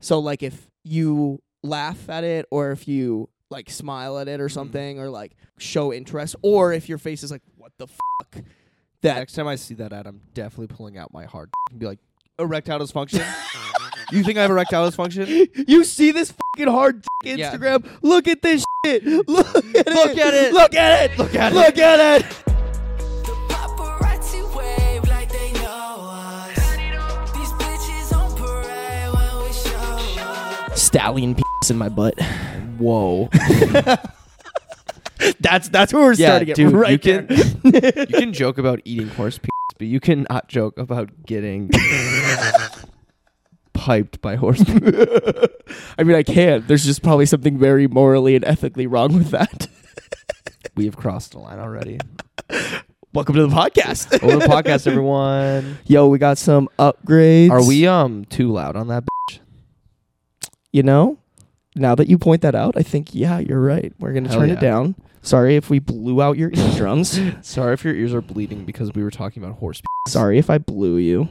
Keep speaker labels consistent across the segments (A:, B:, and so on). A: So like if you laugh at it or if you like smile at it or something or like show interest or if your face is like what the fuck that
B: Next time I see that ad, I'm definitely pulling out my hard and be like, erectile dysfunction. you think I have erectile dysfunction?
A: you see this fucking hard dick
B: Yeah.
A: Instagram look at this shit look at it
B: Look
A: look at
B: at it.
A: it
B: Look at it.
A: look at it
C: The paparazzi wave like they know us. These bitches on parade when we show up.
A: stallion penis in my butt
B: Whoa.
A: that's that's where we're
B: Yeah,
A: starting it
B: dude, you
A: right
B: can-
A: there.
B: you can joke about eating horse penis, but you cannot joke about getting piped by horse penis.
A: I mean I can there's just probably something very morally and ethically wrong with that
B: We have crossed the line already.
A: welcome to the podcast
B: Over the podcast, everyone.
A: yo we got some upgrades
B: Are we um too loud on that? Bitch?
A: you know, now that you point that out, I think yeah, you're right. We're gonna
B: Hell
A: turn
B: yeah.
A: it down. Sorry if we blew out your eardrums.
B: Sorry if your ears are bleeding because we were talking about horse. penis.
A: Sorry if I blew you.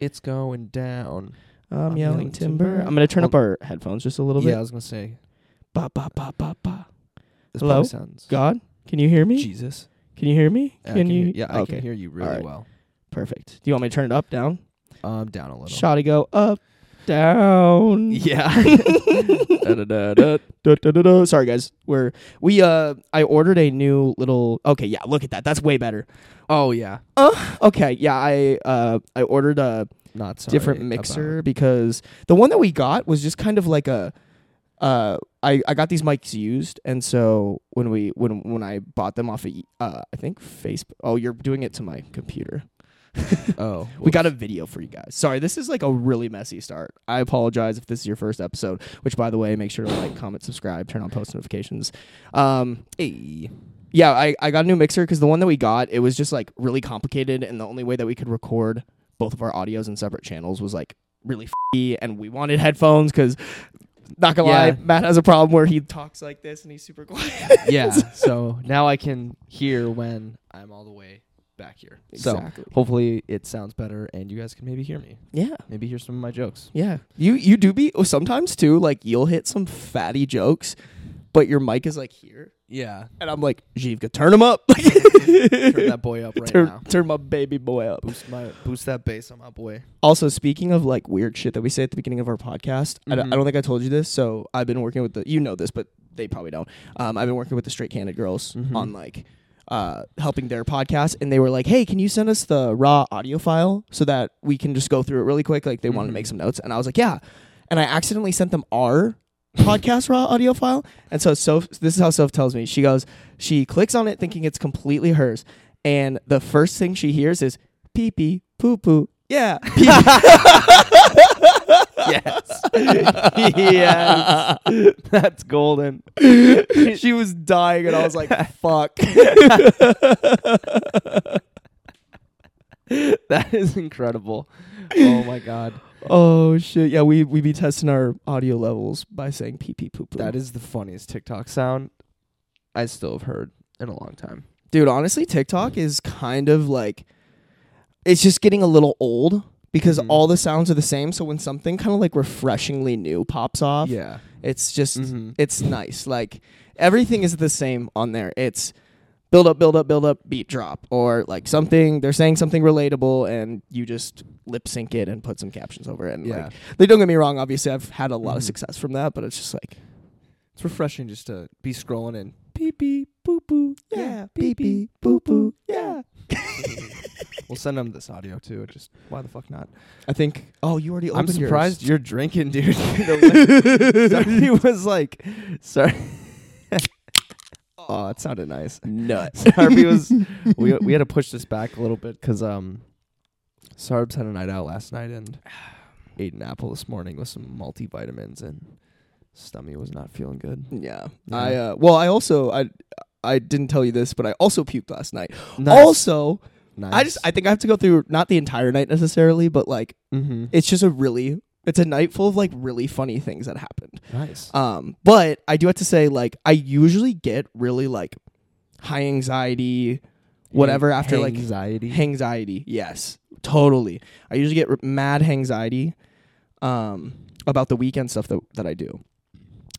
B: It's going down.
A: I'm,
B: I'm
A: yelling,
B: yelling
A: timber.
B: timber.
A: I'm gonna turn up
B: Well-
A: our headphones just a little
B: Yeah, I
A: bit.
B: was gonna say.
A: Ba ba ba ba ba.
B: This
A: Hello?
B: probably sounds.
A: God, can you hear me?
B: Jesus.
A: Can you hear me?
B: Yeah, I can hear- yeah, I
A: okay.
B: can hear you really
A: Alright.
B: well.
A: Perfect. Do you want me to turn it up, down?
B: Um, down a little.
A: Shotty go up, down.
B: Yeah. Da-da-da-da.
A: Da, da, da, da. Sorry guys, we're we uh I ordered a new little. Okay, yeah, look at that. That's way better.
B: oh yeah.
A: Okay, yeah, I uh I ordered a
B: Not sorry.
A: different
B: about-
A: mixer because the one that we got was just kind of like a uh I, I got these mics used and so when we when when I bought them off of uh I think Facebook oh you're doing it to my computer.
B: Oh.
A: We got a video for you guys. Sorry, this is like a really messy start. I apologize if this is your first episode, which by the way, make sure to like, comment, subscribe, turn on post notifications. Um
B: Hey.
A: yeah, I, I got a new mixer because the one that we got, it was just like really complicated, and the only way that we could record both of our audios in separate channels was like really f and we wanted headphones because not gonna
B: Yeah.
A: lie, Matt has a problem where he talks like this and he's super quiet.
B: yeah. So now I can hear when I'm all the way back here.
A: Exactly.
B: So hopefully it sounds better and you guys can maybe hear me.
A: yeah.
B: Maybe hear some of my jokes.
A: Yeah. You you do be oh, sometimes too, like you'll hit some fatty jokes, but your mic is like here.
B: Yeah.
A: And I'm like, Jivka, turn him up.
B: Turn that boy up right
A: turn,
B: now.
A: turn my baby boy up.
B: Boost my boost that bass on my boy.
A: Also, speaking of like weird shit that we say at the beginning of our podcast, I, don't, I
B: Mhm.
A: don't think I told you this. So I've been working with the, you know this, but they probably don't. Um, I've been working with the Straight Candid Girls
B: Mhm.
A: on like uh, helping their podcast, and they were like, "Hey, can you send us the raw audio file so that we can just go through it really quick?" Like they wanted to
B: Mhm.
A: make some notes, and I was like, "Yeah," and I accidentally sent them our podcast raw audio file, and so Soph, this is how Soph tells me. She goes, she clicks on it thinking it's completely hers, and the first thing she hears is pee pee poo poo. Yeah.
B: Yes. yes. That's golden.
A: she was dying, and I was like, "Fuck."
B: That is incredible. Oh my god.
A: oh shit! Yeah, we we be testing our audio levels by saying pee pee poo poo.
B: That is the funniest TikTok sound I still have heard in a long time.
A: dude. Honestly, TikTok is kind of like it's just getting a little old because
B: Mhm.
A: all the sounds are the same. So when something kind of like refreshingly new pops off,
B: Yeah.
A: it's just
B: Mhm.
A: it's nice. Like everything is the same on there. It's build up, build up, build up, beat drop, or like something they're saying something relatable, and you just lip sync it and put some captions over it. And
B: Yeah.
A: like, they don't get me wrong. Obviously, I've had a lot of
B: Mhm.
A: success from that, but it's just like
B: It's refreshing just to be scrolling and pee pee poo poo.
A: yeah, beep beep, boop boop, yeah.
B: We'll send them this audio too. Just why the fuck not?
A: I think. Oh, you already.
B: I'm
A: opened yours.
B: surprised you're drinking, dude. he was like, sorry. oh, it sounded nice.
A: Nuts.
B: Sarby was. We we had to push this back a little bit because um, Sarbs had a night out last night and ate an apple this morning with some multivitamins and stomach was not feeling good.
A: yeah.
B: Yeah.
A: I uh, well, I also I I didn't tell you this, but I also puked last night.
B: Nice,
A: Also,
B: nice.
A: I just I think I have to go through not the entire night necessarily, but like
B: mm-hmm.
A: it's just a really it's a night full of like really funny things that happened.
B: nice.
A: Um, but I do have to say like I usually get really like high anxiety, whatever after like
B: anxiety.
A: anxiety. Yes, totally. I usually get r- mad anxiety. Um, about the weekend stuff that, that I do.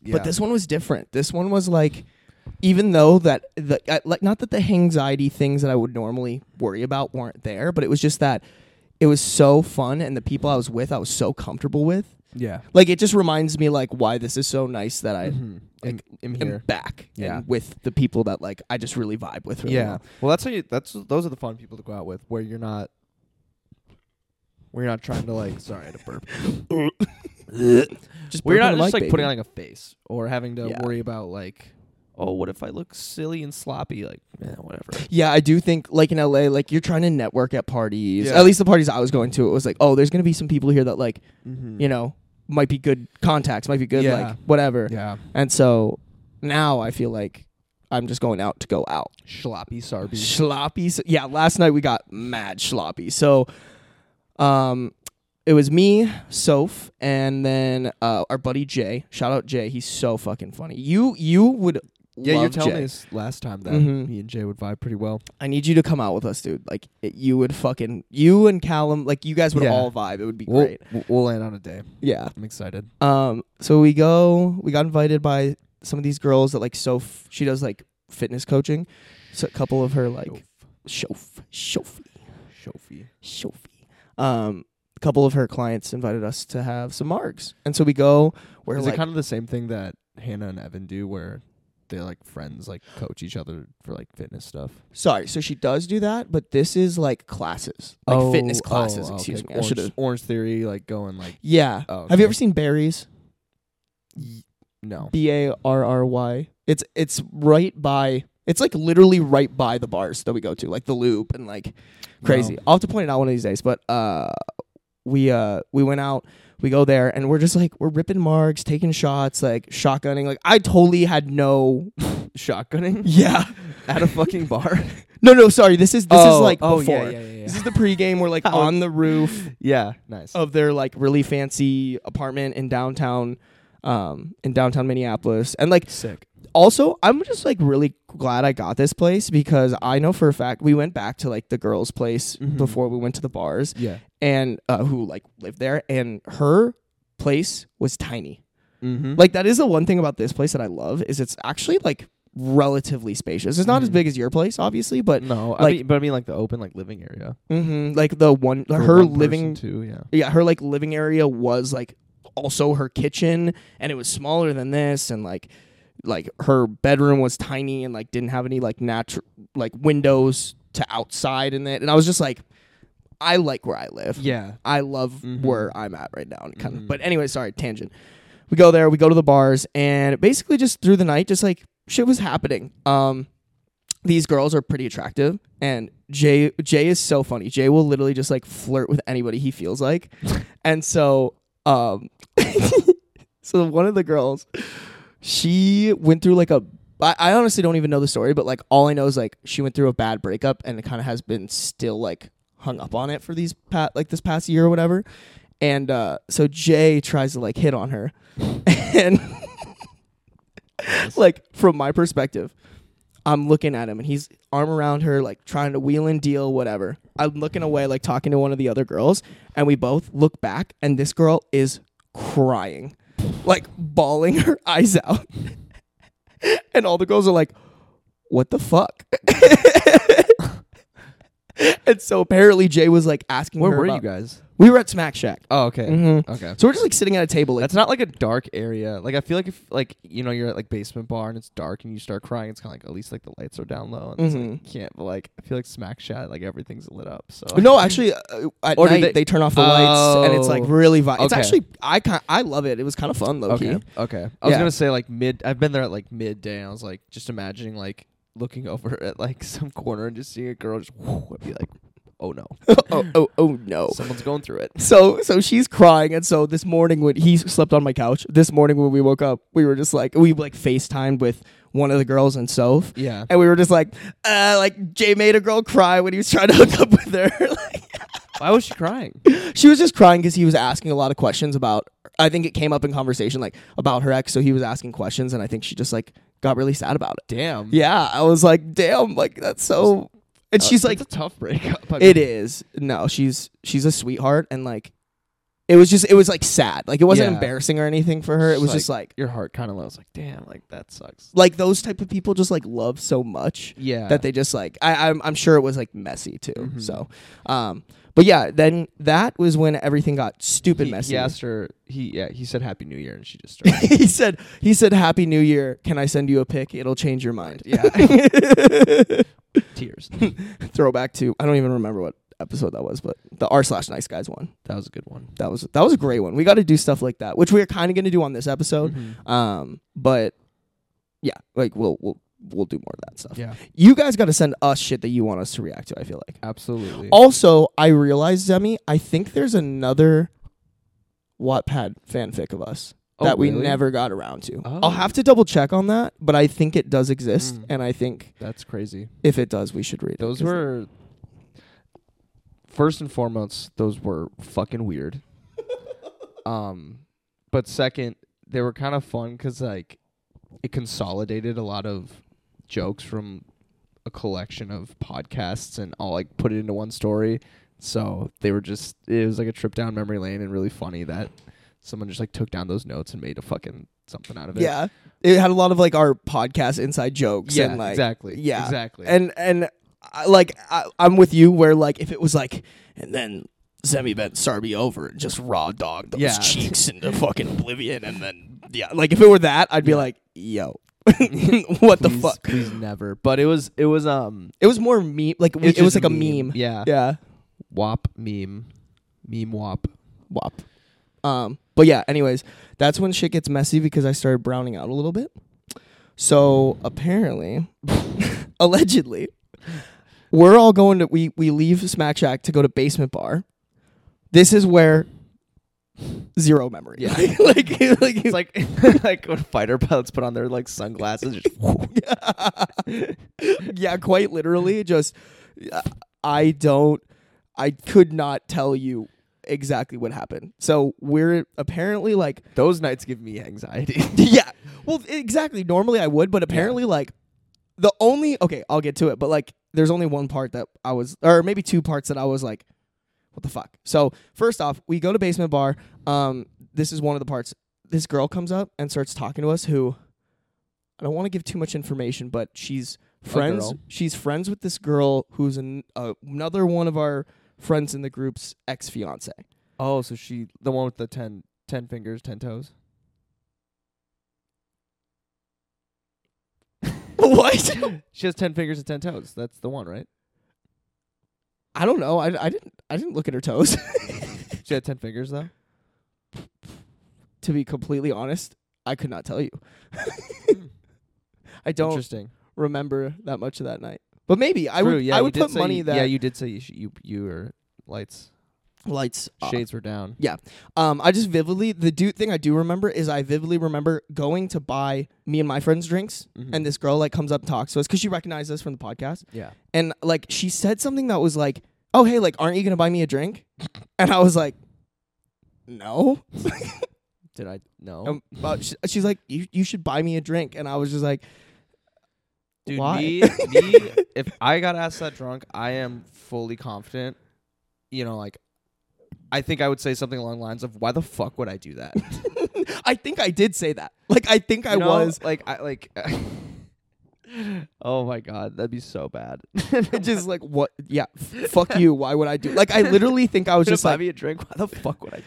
B: Yeah.
A: But this one was different. This one was like, even though that the I, like not that the anxiety things that I would normally worry about weren't there, but it was just that it was so fun and the people I was with I was so comfortable with.
B: yeah.
A: Like it just reminds me like why this is so nice that I
B: Mhm.
A: Mm-hmm. like,
B: I'm, I'm
A: am
B: here.
A: back
B: Yeah.
A: and with the people that like I just really vibe with. Really
B: yeah.
A: well.
B: Well, that's how you. That's those are the fun people to go out with, where you're not, where you're not trying to like. Sorry, I had to burp.
A: just
B: We're
A: burp
B: not
A: on
B: just
A: the
B: like
A: mic,
B: putting on
A: baby.
B: like a face or having to
A: Yeah.
B: worry about like, oh, what if I look silly and sloppy? Like, eh, whatever.
A: Yeah, I do think like in LA, like you're trying to network at parties.
B: Yeah.
A: At least the parties I was going to, it was like, oh, there's gonna be some people here that like,
B: Mm-hmm.
A: you know, might be good contacts, might be good
B: Yeah.
A: like whatever.
B: Yeah.
A: And so now I feel like I'm just going out to go out.
B: Schloppy sarby.
A: Sloppy. So, yeah, last night we got mad sloppy. So, um, it was me, Soph, and then uh, our buddy Jay. Shout out Jay. He's so fucking funny. You you would.
B: Yeah, you
A: love
B: were telling
A: Jay.
B: me this last time that
A: Mhm.
B: me and Jay would vibe pretty well.
A: I need you to come out with us, dude. Like it, you would fucking you and Callum, like you guys would
B: Yeah.
A: all vibe. It would be
B: We'll,
A: great.
B: we'll- we'll land on a day.
A: Yeah.
B: I'm excited.
A: Um. So we go. We got invited by some of these girls that like Soph. She does like fitness coaching. So a couple of her like Soph, Soph,
B: Shofi.
A: Sophie. Um, a couple of her clients invited us to have some margs, and so we go. We're
B: Is
A: like,
B: it kind of the same thing that Hannah and Evan do, where they're like friends, like coach each other for like fitness stuff?
A: sorry. So she does do that, but this is like classes, like fitness classes.
B: oh,
A: excuse
B: okay.
A: me. I should
B: Orange,
A: have.
B: Orange Theory, like going like.
A: Yeah.
B: Oh,
A: Have you
B: okay.
A: ever seen Barry's?
B: Y- no.
A: B A R R Y. It's it's right by. It's like literally right by the bars that we go to, like the Loop and like crazy.
B: Wow.
A: I'll have to point it out one of these days. But uh, we uh we went out, we go there, and we're just like we're ripping marks, taking shots, like shotgunning. Like I totally had no.
B: Shotgunning
A: Yeah.
B: at a fucking bar. this
A: No, no, sorry. This is this is like
B: oh,
A: before.
B: Yeah, yeah, yeah.
A: This
B: yeah.
A: is the pregame. We're like
B: Oh.
A: on the roof
B: yeah nice.
A: of their like really fancy apartment in downtown, um, in downtown Minneapolis, and like
B: Sick.
A: also i'm just like really glad i got this place because i know for a fact we went back to like the girl's place
B: Mhm.
A: before we went to the bars
B: Yeah.
A: and uh, who like lived there and her place was tiny
B: Mm-hmm.
A: like that is the one thing about this place that i love is it's actually like relatively spacious it's not as
B: Mhm.
A: big as your place obviously but
B: no, I
A: like-
B: mean, but I mean like the open like living area.
A: mhm, like the one
B: for
A: her
B: one person
A: living
B: too. Yeah.
A: yeah her like living area was like also her kitchen and it was smaller than this and like like her bedroom was tiny and like didn't have any like natural like windows to outside in it and i was just like i like where i live
B: Yeah.
A: i love
B: Mhm.
A: where i'm at right now and kind
B: Mhm.
A: of but anyway sorry tangent we go there we go to the bars and basically just through the night just like shit was happening um these girls are pretty attractive and jay jay is so funny jay will literally just like flirt with anybody he feels like and so um so one of the girls she went through like a I, I honestly don't even know the story but like all i know is like she went through a bad breakup and it kind of has been still like hung up on it for these pat like this past year or whatever and uh so jay tries to like hit on her and like from my perspective i'm looking at him and he's arm around her like trying to wheel and deal whatever i'm looking away like talking to one of the other girls and we both look back and this girl is crying like bawling her eyes out and all the girls are like what the fuck and so apparently jay was like asking
B: Where
A: her
B: were
A: about-
B: you guys?
A: we were at smack shack
B: Oh, okay.
A: Mhm.
B: Okay.
A: so we're just like sitting at a table like
B: That's not like a dark area. Like I feel like if like you know you're at like basement bar and it's dark and you start crying, it's kind of like at least like the lights are down low and it's, like,
A: Mhm.
B: you can't. But like I feel like smack shot like everything's lit up. So
A: No, actually, uh, at
B: Or do
A: night
B: they-
A: they, turn off the lights, and it's like
B: Oh.
A: really. Vi- It's
B: Okay.
A: actually I kind I love it. It was kind of fun, low
B: okay,
A: key.
B: okay. I was
A: Yeah.
B: gonna say like mid. I've been there at like midday. and I was like just imagining like looking over at like some corner and just seeing a girl just. Whoo, I'd be like, oh no,
A: oh, oh, oh no.
B: someone's going through it.
A: So so she's crying, and so this morning when he slept on my couch, this morning when we woke up, we were just like we like Facetimed with one of the girls and Soph,
B: Yeah.
A: and we were just like, uh, like Jay made a girl cry when he was trying to hook up with her. like,
B: Why was she crying?
A: she was just crying because he was asking a lot of questions about. I think it came up in conversation like about her ex, so he was asking questions, and I think she just like got really sad about it.
B: Damn.
A: Yeah, I was like, damn, like that's so.
B: Uh,
A: And she's like,
B: it's a tough breakup. I
A: it
B: mean,
A: is. No, she's she's a sweetheart, and like, It was just it was like sad. Like it wasn't
B: Yeah.
A: embarrassing or anything for her. It
B: It's
A: was just like
B: Your heart kind of lows. Like, damn, like that sucks.
A: like those type of people just like love so much
B: Yeah.
A: that they just like I, I'm I'm sure it was like messy too.
B: Mhm.
A: So, um, but yeah, then that was when everything got stupid
B: he,
A: messy.
B: he asked her. He yeah. He said Happy New Year, and she just started.
A: he said he said Happy New Year. Can I send you a pic? It'll change your mind.
B: yeah. Tears.
A: Throwback to I don't even remember what episode that was, but the R slash Nice Guys one.
B: That was a good one.
A: That was that was a great one. We got to do stuff like that, which we are kind of going to do on this episode.
B: Mm-hmm.
A: Um, but yeah, like we'll we'll we'll do more of that stuff.
B: Yeah.
A: You guys got to send us shit that you want us to react to. I feel like.
B: Absolutely.
A: Also, I realized, Zemi, I think there's another Wattpad fanfic of us
B: Oh,
A: that we
B: really?
A: never got around to.
B: Oh.
A: I'll have to double check on that, but I think it does exist,
B: Mm.
A: and I think
B: That's crazy.
A: if it does, we should read it.
B: Those
A: 'cause
B: were first and foremost, those were fucking weird. um but second, they were kind of fun cuz like it consolidated a lot of jokes from a collection of podcasts and all like put it into one story. So they were just it was like a trip down memory lane and really funny that someone just like took down those notes and made a fucking something out of it.
A: yeah, it had a lot of like our podcast inside jokes.
B: Yeah,
A: and, like,
B: exactly.
A: Yeah,
B: Exactly.
A: And and I, like I, I'm with you, where like if it was like, and then Zemi bent Sarby over and just raw dog those
B: Yeah.
A: cheeks into fucking oblivion, and then yeah, like if it were that, I'd be
B: Yeah.
A: like, yo, what the
B: Please-
A: fuck?
B: Please never. But it was it was um
A: It was more meme. Like we,
B: It's
A: it was
B: just
A: like a meme.
B: Yeah.
A: Yeah.
B: WAP meme. Meme WAP.
A: Wop. Um, but yeah, anyways, that's when shit gets messy because I started browning out a little bit. So apparently, allegedly, we're all going to we we leave Smack Shack to go to Basement Bar. This is where zero memory.
B: Yeah.
A: like like,
B: It's like like when fighter pilots put on their like sunglasses. Just
A: yeah, quite literally just uh, I don't I could not tell you exactly what happened. So we're apparently like
B: those nights give me anxiety.
A: yeah. Well, exactly. Normally I would, but apparently, like, the only okay, I'll get to it, but like, there's only one part that I was, or maybe two parts that I was like, what the fuck. So first off, we go to basement bar. Um, this is one of the parts. This girl comes up and starts talking to us. Who I don't want to give too much information, but she's friends.
B: girl.
A: She's friends with this girl who's an, uh, another one of our friends in the group's ex fiance.
B: oh, so she the one with the ten ten fingers, ten toes.
A: what?
B: She has ten fingers and ten toes. That's the one, right?
A: I don't know. I, I didn't. I didn't look at her toes.
B: She had ten fingers though.
A: to be completely honest, I could not tell you.
B: Hmm.
A: I don't
B: Interesting.
A: remember that much of that night. But maybe I
B: True,
A: would
B: yeah,
A: I
B: you
A: would
B: did
A: put
B: say
A: money
B: you,
A: that
B: Yeah, you did say you sh- you your lights
A: lights off.
B: shades were down.
A: Um I just vividly the do thing I do remember is I vividly remember going to buy me and my friends drinks
B: Mhm.
A: and this girl like comes up and talks to us cuz she recognized us from the podcast
B: yeah.
A: and like she said something that was like, "Oh, hey, like aren't you going to buy me a drink?" And I was like, "No."
B: Oh. Did I no?
A: Um, but she- she's like, you, "You should buy me a drink." And I was just like,
B: Dude,
A: Why?
B: me, me, if I got asked that drunk, I am fully confident. You know, like, I think I would say something along the lines of, "Why the fuck would I do that?"
A: I think I did say that. Like I think I
B: You know?
A: was.
B: like, I like. oh my god, that'd be so bad.
A: just like what? Yeah, f- fuck you. Why would I do? Like I literally think I was just
B: buy
A: like,
B: me a drink. Why the fuck would I?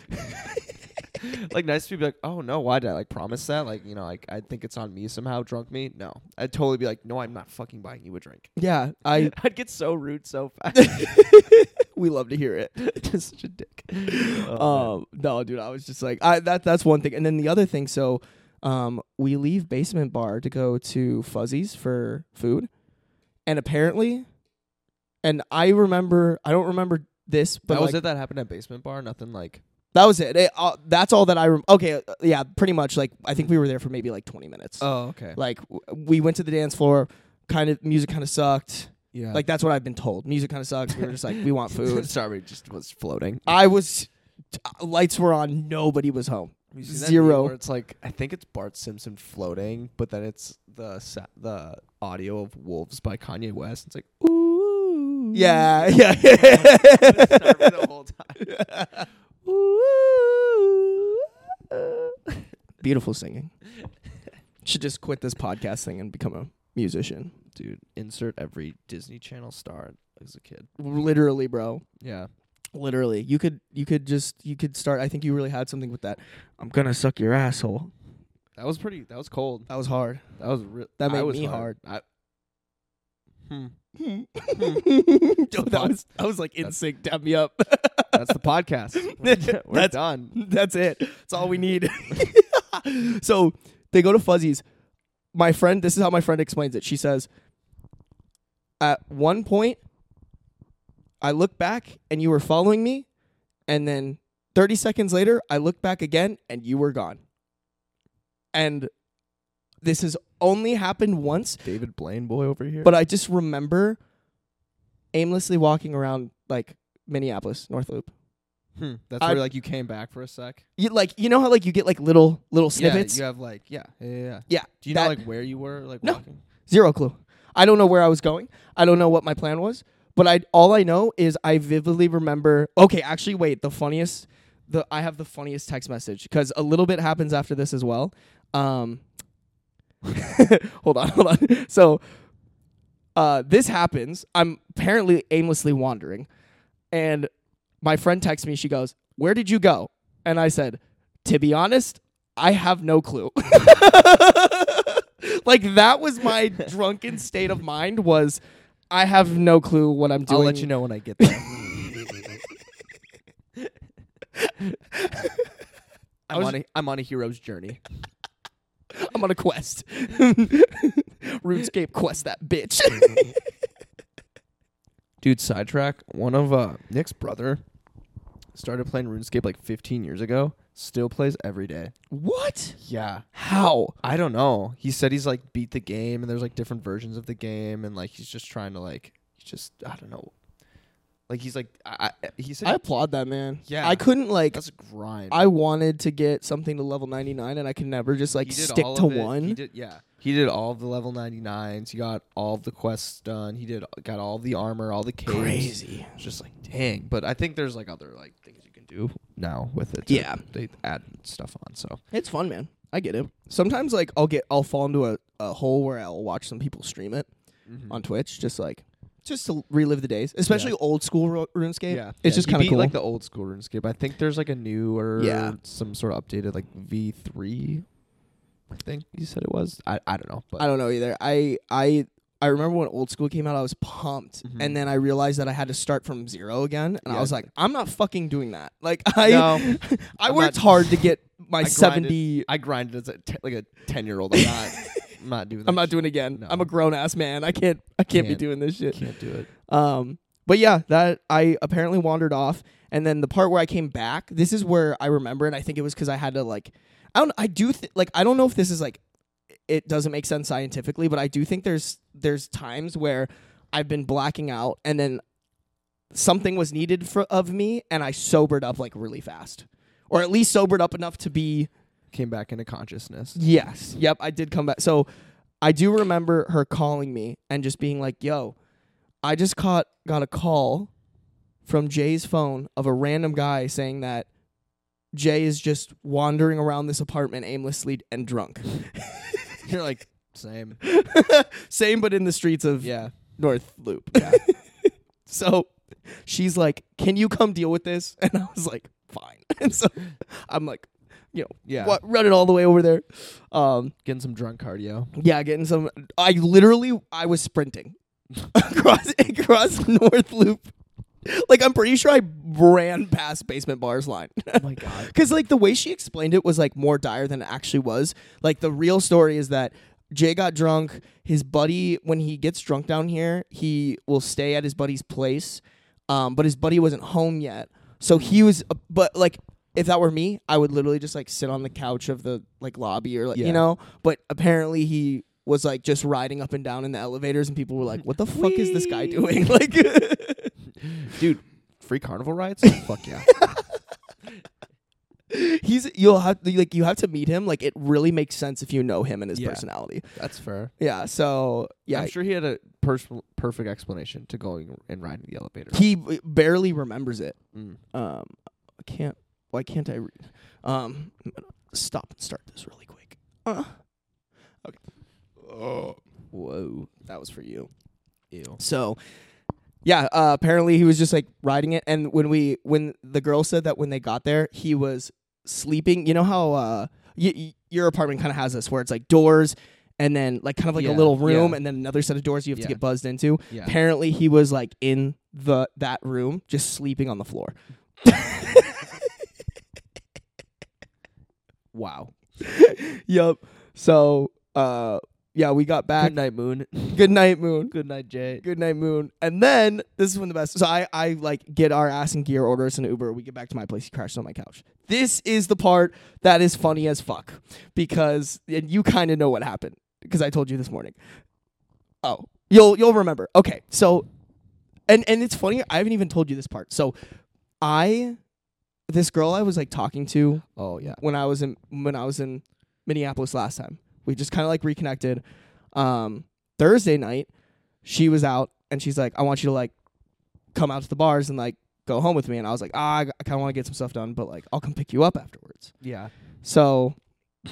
B: like, nice to be like, "Oh no, why did I like promise that?" Like, you know, like I think it's on me somehow. Drunk me? No, I'd totally be like, "No, I'm not fucking buying you a drink."
A: yeah, I.
B: I'd get so rude so fast.
A: We love to hear it.
B: just such a dick. Oh,
A: Um, no, dude, I was just like, I that that's one thing. And then the other thing, so, um, we leave basement bar to go to Fuzzy's for food, and apparently, and I remember, I don't remember this, but
B: that was
A: like,
B: it that happened at basement bar nothing like
A: that was it. It- uh, that's all that I. Rem- okay, uh, yeah, pretty much. Like I think we were there for maybe like twenty minutes.
B: oh okay
A: Like w- we went to the dance floor. Kind of music kind of sucked.
B: yeah
A: Like that's what I've been told. Music kind of sucks. We were just like, we want food.
B: sorry just was floating
A: I was, uh, lights were on. Nobody was home.
B: You see that meme where
A: Zero.
B: it's like i think it's bart simpson floating but then it's the sa- the audio of wolves by kanye west it's like ooh Mm.
A: Yeah, yeah.
B: It's over the whole time
A: Beautiful singing. Should just quit this podcast thing and become a musician.
B: Dude, insert every Disney Channel star as a kid.
A: Literally, bro.
B: Yeah.
A: Literally. You could you could just you could start I think you really had something with that. I'm gonna suck your asshole.
B: That was pretty that was cold.
A: That was hard.
B: That was real
A: That made
B: I was
A: me
B: I Hmm.
A: that was I was like in
B: That's-
A: sync, dab me up.
B: That's the podcast. We're
A: That's-
B: done.
A: That's it. That's all we need. so they go to Fuzzy's. My friend, this is how my friend explains it. She says, At one point, I look back and you were following me. And then 30 seconds later, I look back again and you were gone. And this has only happened once,
B: David Blaine boy over here.
A: but I just remember aimlessly walking around like Minneapolis, North Loop.
B: hmm. that's
A: I-
B: where like you came back for a sec.
A: You like you know how like you get like little little snippets?
B: Yeah, you have like yeah, yeah, yeah, yeah.
A: Yeah.
B: Do you
A: that-
B: know like where you were like
A: No.
B: walking?
A: Zero clue. I don't know where I was going. I don't know what my plan was. But I all I know is I vividly remember. Okay, actually, wait. The funniest, the I have the funniest text message because a little bit happens after this as well. Um, hold on, hold on. So, uh, this happens. I'm apparently aimlessly wandering, and my friend texts me. She goes, "Where did you go?" And I said, "To be honest, I have no clue." like that was my drunken state of mind. Was I have no clue what I'm doing.
B: I'll let you know when I get there. I'm
A: was-
B: on a I'm on a hero's journey.
A: I'm on a quest. RuneScape quest that bitch.
B: Dude, sidetrack. One of uh, Nick's brother started playing RuneScape like 15 years ago. Still plays every day.
A: what?
B: Yeah.
A: How?
B: I don't know. He said he's like beat the game and there's like different versions of the game and like he's just trying to like he's just I don't know. Like he's like I, I he said
A: I applaud that man.
B: Yeah.
A: I couldn't like
B: that's a grind.
A: I wanted to get something to level 99 and I could never just like
B: He did
A: stick
B: all
A: to
B: of it. He
A: one.
B: did, yeah. He did all of the level 99s. He got all of the quests done. He did got all the armor, all the caves.
A: Crazy.
B: It's just like, dang. But I think there's like other like things you can do now with it.
A: Yeah.
B: They add stuff on, so.
A: It's fun, man. I get it. Sometimes like I'll get I'll fall into a, a hole where I'll watch some people stream it
B: Mm-hmm.
A: on Twitch just like just to relive the days, especially old school ro- RuneScape.
B: Yeah.
A: It's just
B: He
A: kind of
B: beat,
A: cool.
B: like the old school RuneScape. I think there's like a newer
A: Yeah.
B: some sort of updated like V3 I think you said it was. I, I don't know, but
A: I don't know either. I I I remember when old school came out, I was pumped,
B: Mhm.
A: and then I realized that I had to start from zero again, and I
B: Yeah.
A: was like, I'm not fucking doing that. Like I
B: No.
A: I
B: I'm
A: worked
B: not-
A: hard to get my
B: I grinded-
A: seventy.
B: I grinded as a te- like a 10-year-old. I'm not I'm not doing that.
A: I'm not
B: shit.
A: doing it again.
B: No.
A: I'm a grown ass man. I can't I can't, be
B: Can't.
A: doing this shit.
B: can't do it.
A: Um, but yeah, that I apparently wandered off, and then the part where I came back, this is where I remember, and I think it was because I had to like, I don't, I do th- like, I don't know if this is like, it doesn't make sense scientifically, but I do think there's there's times where I've been blacking out, and then something was needed for of me, and I sobered up like really fast, or at least sobered up enough to be
B: Came back into consciousness.
A: Yes. Yep. I did come back. So I do remember her calling me and just being like, "Yo, I just caught got a call from Jay's phone of a random guy saying that Jay is just wandering around this apartment aimlessly and drunk.
B: You're like same.
A: Same, but in the streets of
B: Yeah.
A: North Loop. so she's like, "Can you come deal with this?" And I was like, "Fine." And so I'm like, you know,
B: Yeah.
A: what, running all the way over there. Um,
B: Getting some drunk cardio.
A: Yeah, getting some. I literally, I was sprinting across across North Loop. Like I'm pretty sure I ran past basement bars line.
B: Oh my god.
A: Because like the way she explained it was like more dire than it actually was. Like the real story is that Jay got drunk. His buddy, when he gets drunk down here, he will stay at his buddy's place, um, but his buddy wasn't home yet. So he was, uh, but like if that were me, I would literally just like sit on the couch of the like lobby or like
B: Yeah.
A: you know. But apparently he was like just riding up and down in the elevators, and people were like, "What the fuck is this guy doing?" Like.
B: Dude, free carnival rides? Fuck yeah.
A: He's you'll have like you have to meet him. Like it really makes sense if you know him and his
B: Yeah.
A: personality.
B: That's fair.
A: Yeah. So yeah,
B: I'm sure he had a pers- perfect explanation to going and riding the elevator.
A: he b- barely remembers it.
B: Mm.
A: Um, I can't why can't I read? Um, I'm gonna stop and start this really quick. Uh, okay. Oh, whoa, that was for you.
B: Ew.
A: So, yeah, uh, apparently he was just like riding it. And when we, when the girl said that when they got there, he was sleeping. You know how uh, y- y- your apartment kind of has this where it's like doors and then like kind of like
B: Yeah,
A: a little room
B: yeah.
A: and then another set of doors you have
B: Yeah.
A: to get buzzed into.
B: Yeah.
A: Apparently he was like in the that room just sleeping on the floor.
B: Wow.
A: Yep. So, uh, yeah, we got back.
B: Good night, Moon.
A: Good night, Moon.
B: Good night, Jay.
A: Good night, Moon. And then this is when the best. So I, I like get our ass in gear, order us an Uber. We get back to my place. He crashes on my couch. This is the part that is funny as fuck because and you kind of know what happened because I told you this morning. Oh, you'll you'll remember. Okay, so and and it's funny. I haven't even told you this part. So I, this girl I was like talking to
B: Oh yeah.
A: when I was in when I was in Minneapolis last time. We just kind of like reconnected. Um, Thursday night, she was out and she's like, "I want you to like come out to the bars and like go home with me." And I was like, "Ah, I kind of want to get some stuff done, but like I'll come pick you up afterwards."
B: Yeah.
A: So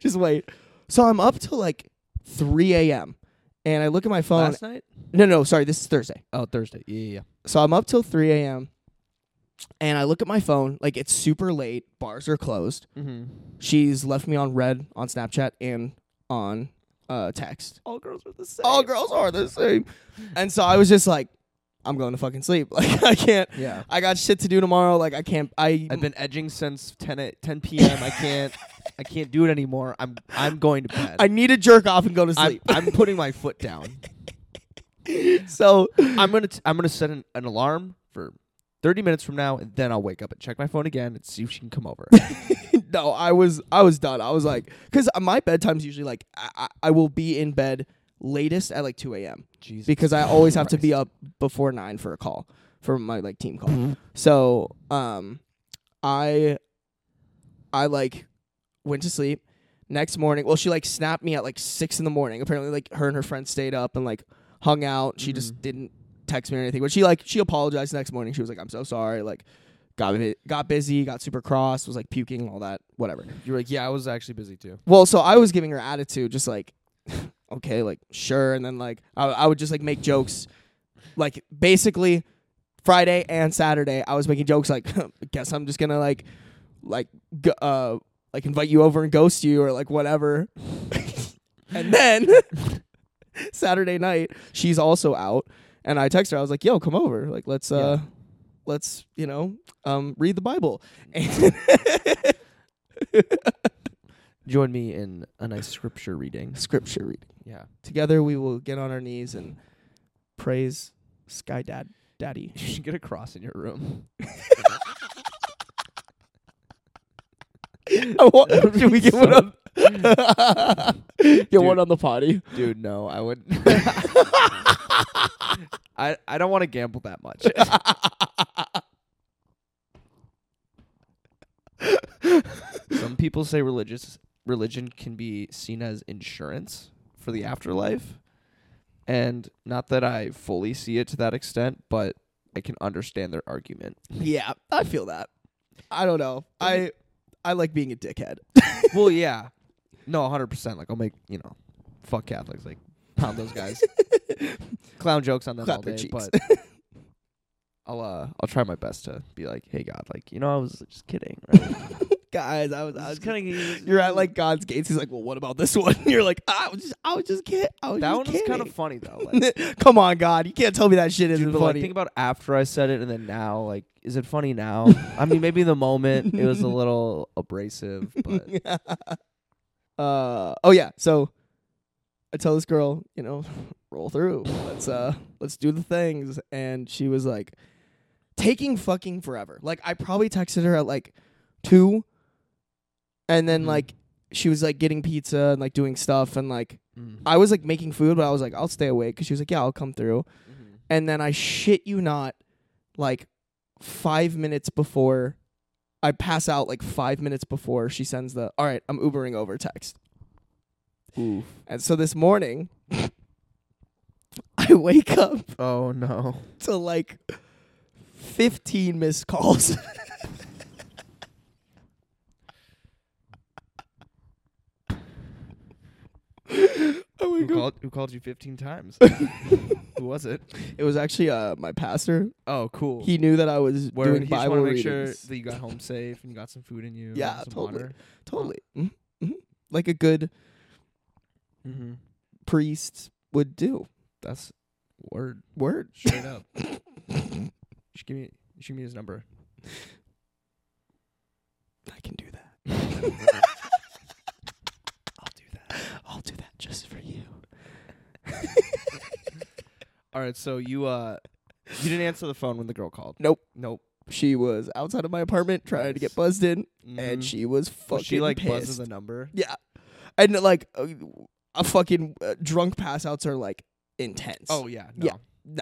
A: just wait. So I'm up till like 3 a.m. Oh, and I look at my phone.
B: Last night?
A: no, no, sorry, this is Thursday
B: Oh, Thursday. Yeah, yeah, yeah.
A: so I'm up till 3 a.m. and I look at my phone. Like it's super late. Bars are closed.
B: Mm-hmm.
A: She's left me on red on Snapchat and on uh, text.
B: All girls are the same.
A: All girls are the same. And so I was just like, I'm going to fucking sleep. Like I can't.
B: Yeah.
A: I got shit to do tomorrow. Like I can't. I
B: I've been edging since 10 at 10 p.m. I can't I can't do it anymore. I'm I'm going to bed.
A: I need to jerk off and go to
B: I'm,
A: sleep.
B: I'm putting my foot down.
A: so
B: I'm gonna t- I'm gonna set an, an alarm for 30 minutes from now, and then I'll wake up and check my phone again and see if she can come over.
A: no, I was I was done. I was like, because my bedtime's usually like I, I, I will be in bed latest at like 2 a.m.
B: Jesus
A: because I always have to be
B: Christ.
A: up before nine for a call for my like team call. so um, I I like went to sleep. Next morning, well, she like snapped me at like six in the morning. Apparently, like her and her friend stayed up and like hung out. She just didn't text me or anything. But she like she apologized next morning. She was like, "I'm so sorry." Like got bu- got busy, got super cross, was like puking, all that, whatever.
B: You're like, yeah, I was actually busy too.
A: Well, so I was giving her attitude, just like, okay, like sure, and then like I, I would just like make jokes, like basically Friday and Saturday I was making jokes like, guess I'm just gonna like, like, g- uh, like invite you over and ghost you or like whatever, and then Saturday night she's also out, and I text her I was like, yo, come over, like let's uh,
B: Yeah.
A: let's you know, um, read the Bible,
B: Join me in a nice scripture reading.
A: scripture reading.
B: Yeah.
A: together we will get on our knees and praise sky dad daddy
B: You should get a cross in your room.
A: Oh, should we get one on get
B: one
A: one on the potty
B: Dude, no, I wouldn't. I I don't want to gamble that much. Some people say religious religion can be seen as insurance for the afterlife. And not that I fully see it to that extent, but I can understand their argument.
A: yeah i feel that i don't know i i like being a dickhead
B: well, yeah. No, 100%. Like, I'll make, you know, fuck Catholics. Like, pound those guys. Clown jokes on them
A: Clap
B: all
A: their
B: day.
A: cheeks.
B: But I'll, uh, I'll try my best to be like, hey, God, like, you know, I was just kidding. Right?
A: guys i was, I was
B: Just kidding.
A: you're at like god's gates he's like well what about this one you're like i was just i was just kidding i was
B: that
A: just
B: one was kind of
A: kidding."
B: funny, though. Like,
A: come on god you can't tell me that shit isn't
B: dude, but like,
A: funny
B: think about after I said it and then now. Like, is it funny now? I mean, maybe in the moment it was a little abrasive, but
A: uh oh yeah so i tell this girl you know roll through let's uh let's do the things and she was like taking fucking forever like i probably texted her at like two and then
B: Mhm.
A: like she was like getting pizza and like doing stuff and like
B: Mm.
A: i was like making food but i was like i'll stay awake because she was like yeah i'll come through and then I shit you not, like five minutes before I pass out, like five minutes before she sends the all right, I'm Ubering over text.
B: Oof.
A: And so this morning, I wake up
B: Oh no.
A: to like 15 missed calls. my
B: who
A: god.
B: called, who called you 15 times? who was it?
A: It was actually uh, my pastor.
B: Oh, cool.
A: He knew that I was
B: Word.
A: doing
B: he just
A: Bible
B: wanna make
A: readings.
B: sure that you got home safe and you got some food in you.
A: Yeah,
B: and some
A: totally.
B: water.
A: totally. Mhm, mhm. Like a good
B: Mm-hmm.
A: priest would do.
B: That's word
A: Word.
B: straight up. Just give me, shoot me his number.
A: I can do that. I'll do that. I'll do that just for you.
B: All right, so you uh, you didn't answer the phone when the girl called.
A: Nope.
B: Nope.
A: She was outside of my apartment trying to get
B: Nice.
A: buzzed in,
B: Mhm.
A: and she Mm-hmm. was fucking
B: Was she like buzzes
A: pissed.
B: the number.
A: yeah, and like a, a fucking uh, drunk pass outs are like intense.
B: Oh yeah. No.
A: Yeah. no,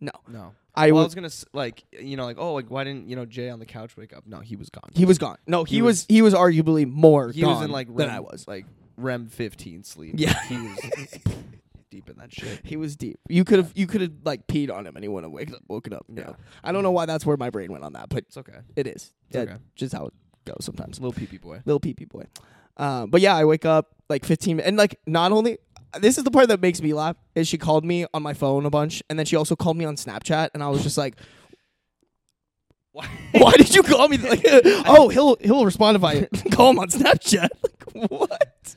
A: no.
B: No.
A: I
B: well,
A: was.
B: I was gonna s- like you know like oh like why didn't you know Jay on the couch wake up? No, he was gone.
A: He was gone. No, he,
B: He
A: was, He was arguably more.
B: he
A: gone
B: was in like REM,
A: than I was.
B: like REM 15 sleep.
A: Yeah.
B: he was deep in that shit.
A: He was deep. You could have. You could have like peed on him, and he wouldn't have waken up, woken up. Yeah.
B: Yeah.
A: I don't know why that's where my brain went on that, but
B: It's okay.
A: it is.
B: It's
A: That-
B: okay.
A: Just how it goes sometimes.
B: Little pee pee boy.
A: little pee pee boy. Um, but yeah, I wake up like 15 mi- and like not only this is the part that makes me laugh is she called me on my phone a bunch and then she also called me on Snapchat and I was just like,
B: Why?
A: why did you call me? Like, oh, he'll he'll respond if I call him on Snapchat. Like what?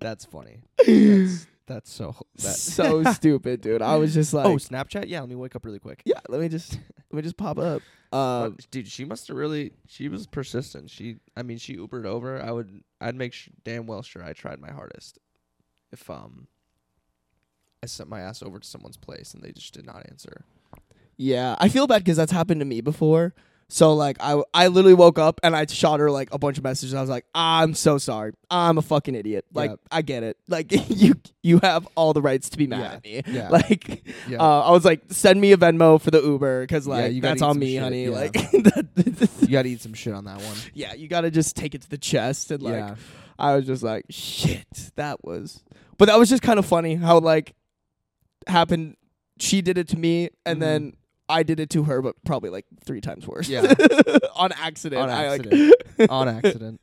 B: That's funny. That's, that's so. That.
A: so stupid, dude. I was just like,
B: oh, Snapchat. Yeah, let me wake up really quick.
A: yeah, let me just let me just pop up. Um,
B: Dude, she must have really. She was persistent. She, I mean, she Ubered over. I would. I'd make sh- damn well sure I tried my hardest. If um, I sent my ass over to someone's place and they just did not answer.
A: Yeah, I feel bad because that's happened to me before. So like I I literally woke up and I shot her like a bunch of messages. I was like, I'm so sorry. I'm a fucking idiot. Like
B: Yep.
A: I get it. Like you you have all the rights to be mad
B: Yeah,
A: at me.
B: yeah.
A: Like
B: Yeah.
A: uh, I was like, send me a Venmo for the Uber because
B: Yeah,
A: like
B: you gotta
A: that's
B: eat
A: on
B: some
A: me,
B: shit,
A: honey.
B: yeah.
A: Like that,
B: you gotta eat some shit on that one.
A: yeah, you gotta just take it to the chest and like
B: yeah.
A: I was just like, shit, that was. But that was just kind of funny how like happened. She did it to me, and
B: Mhm.
A: then I did it to her, but probably like three times worse.
B: Yeah.
A: on accident.
B: On
A: I, like-
B: accident. on accident.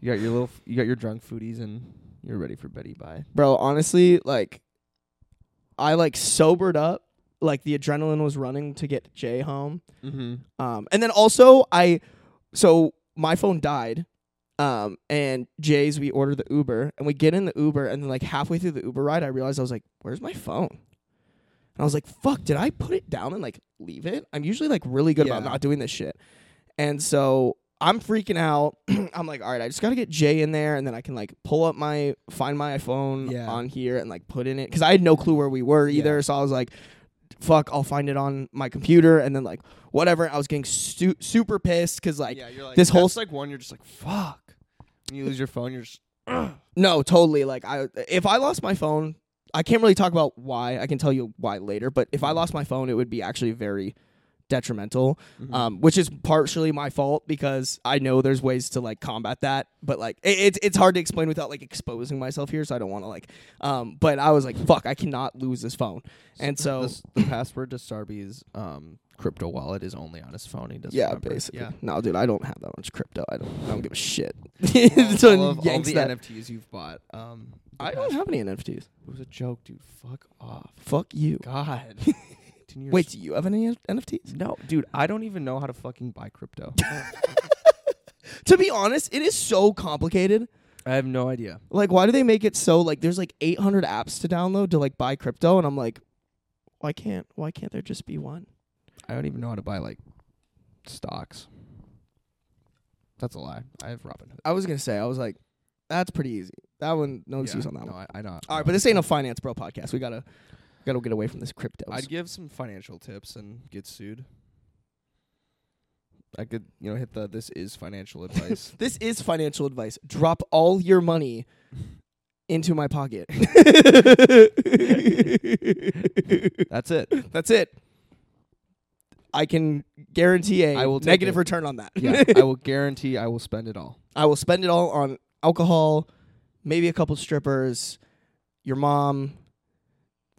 B: You got your little. f- You got your drunk foodies and you're ready for Betty Bye.
A: bro. Honestly, like, I like sobered up. Like the adrenaline was running to get Jay home.
B: Mm-hmm.
A: Um, and then also I, so my phone died, um, and Jay's we order the Uber and we get in the Uber and then like halfway through the Uber ride I realized I was like, where's my phone? And I was like, fuck, did I put it down and like leave it? I'm usually like really good about
B: Yeah.
A: not doing this shit, and so I'm freaking out. I'm like, all right, I just gotta get Jay in there and then I can like pull up my find my phone
B: Yeah.
A: on here and like put in it because I had no clue where we were either,
B: Yeah.
A: so I was like fuck, I'll find it on my computer and then like whatever. I was getting stu- super pissed because like
B: yeah, you're like
A: this whole
B: that's like one. You're just like fuck. When you lose your phone, you're just.
A: no, totally. Like I if I lost my phone, I can't really talk about why. I can tell you why later. But if I
B: Mm-hmm.
A: lost my phone, it would be actually very detrimental,
B: Mm-hmm.
A: um, which is partially my fault because I know there's ways to like combat that. But like it, it's it's hard to explain without like exposing myself here, so I don't want to like. Um, but I was like, fuck, I cannot lose this phone, and so.
B: the, s- the password to Starby's um, crypto wallet is only on his phone. He doesn't.
A: Yeah,
B: remember it.
A: basically.
B: Yeah.
A: No, dude, I don't have that much crypto. I don't. I don't give a shit.
B: all,
A: so
B: of- all
A: yanks
B: the
A: that.
B: NFTs you've bought. Um, the
A: I don't
B: pass-
A: have any NFTs.
B: It was a joke, dude. Fuck off.
A: Fuck you.
B: God. Didn't you
A: Wait, do you have any NFTs?
B: res- No, dude. I don't even know how to fucking buy crypto.
A: To be honest, it is so complicated.
B: I have no idea.
A: Like, why do they make it so like? There's like 800 apps to download to like buy crypto, and I'm like, why can't why can't there just be one?
B: I don't even know how to buy like stocks. That's a lie. I have Robinhood.
A: I was gonna say, I was like, that's pretty easy. That one, no excuse
B: Yeah,
A: on that
B: no,
A: one.
B: I, I know.
A: All right, but this ain't a finance bro podcast. We gotta gotta get away from this crypto.
B: I'd give some financial tips and get sued. I could, you know, hit the this is financial advice.
A: This is financial advice. Drop all your money into my pocket.
B: That's it.
A: That's it. I can guarantee a
B: I will take
A: negative
B: it.
A: return on that.
B: Yeah, I will guarantee I will spend it all.
A: I will spend it all on alcohol, maybe a couple strippers, your mom.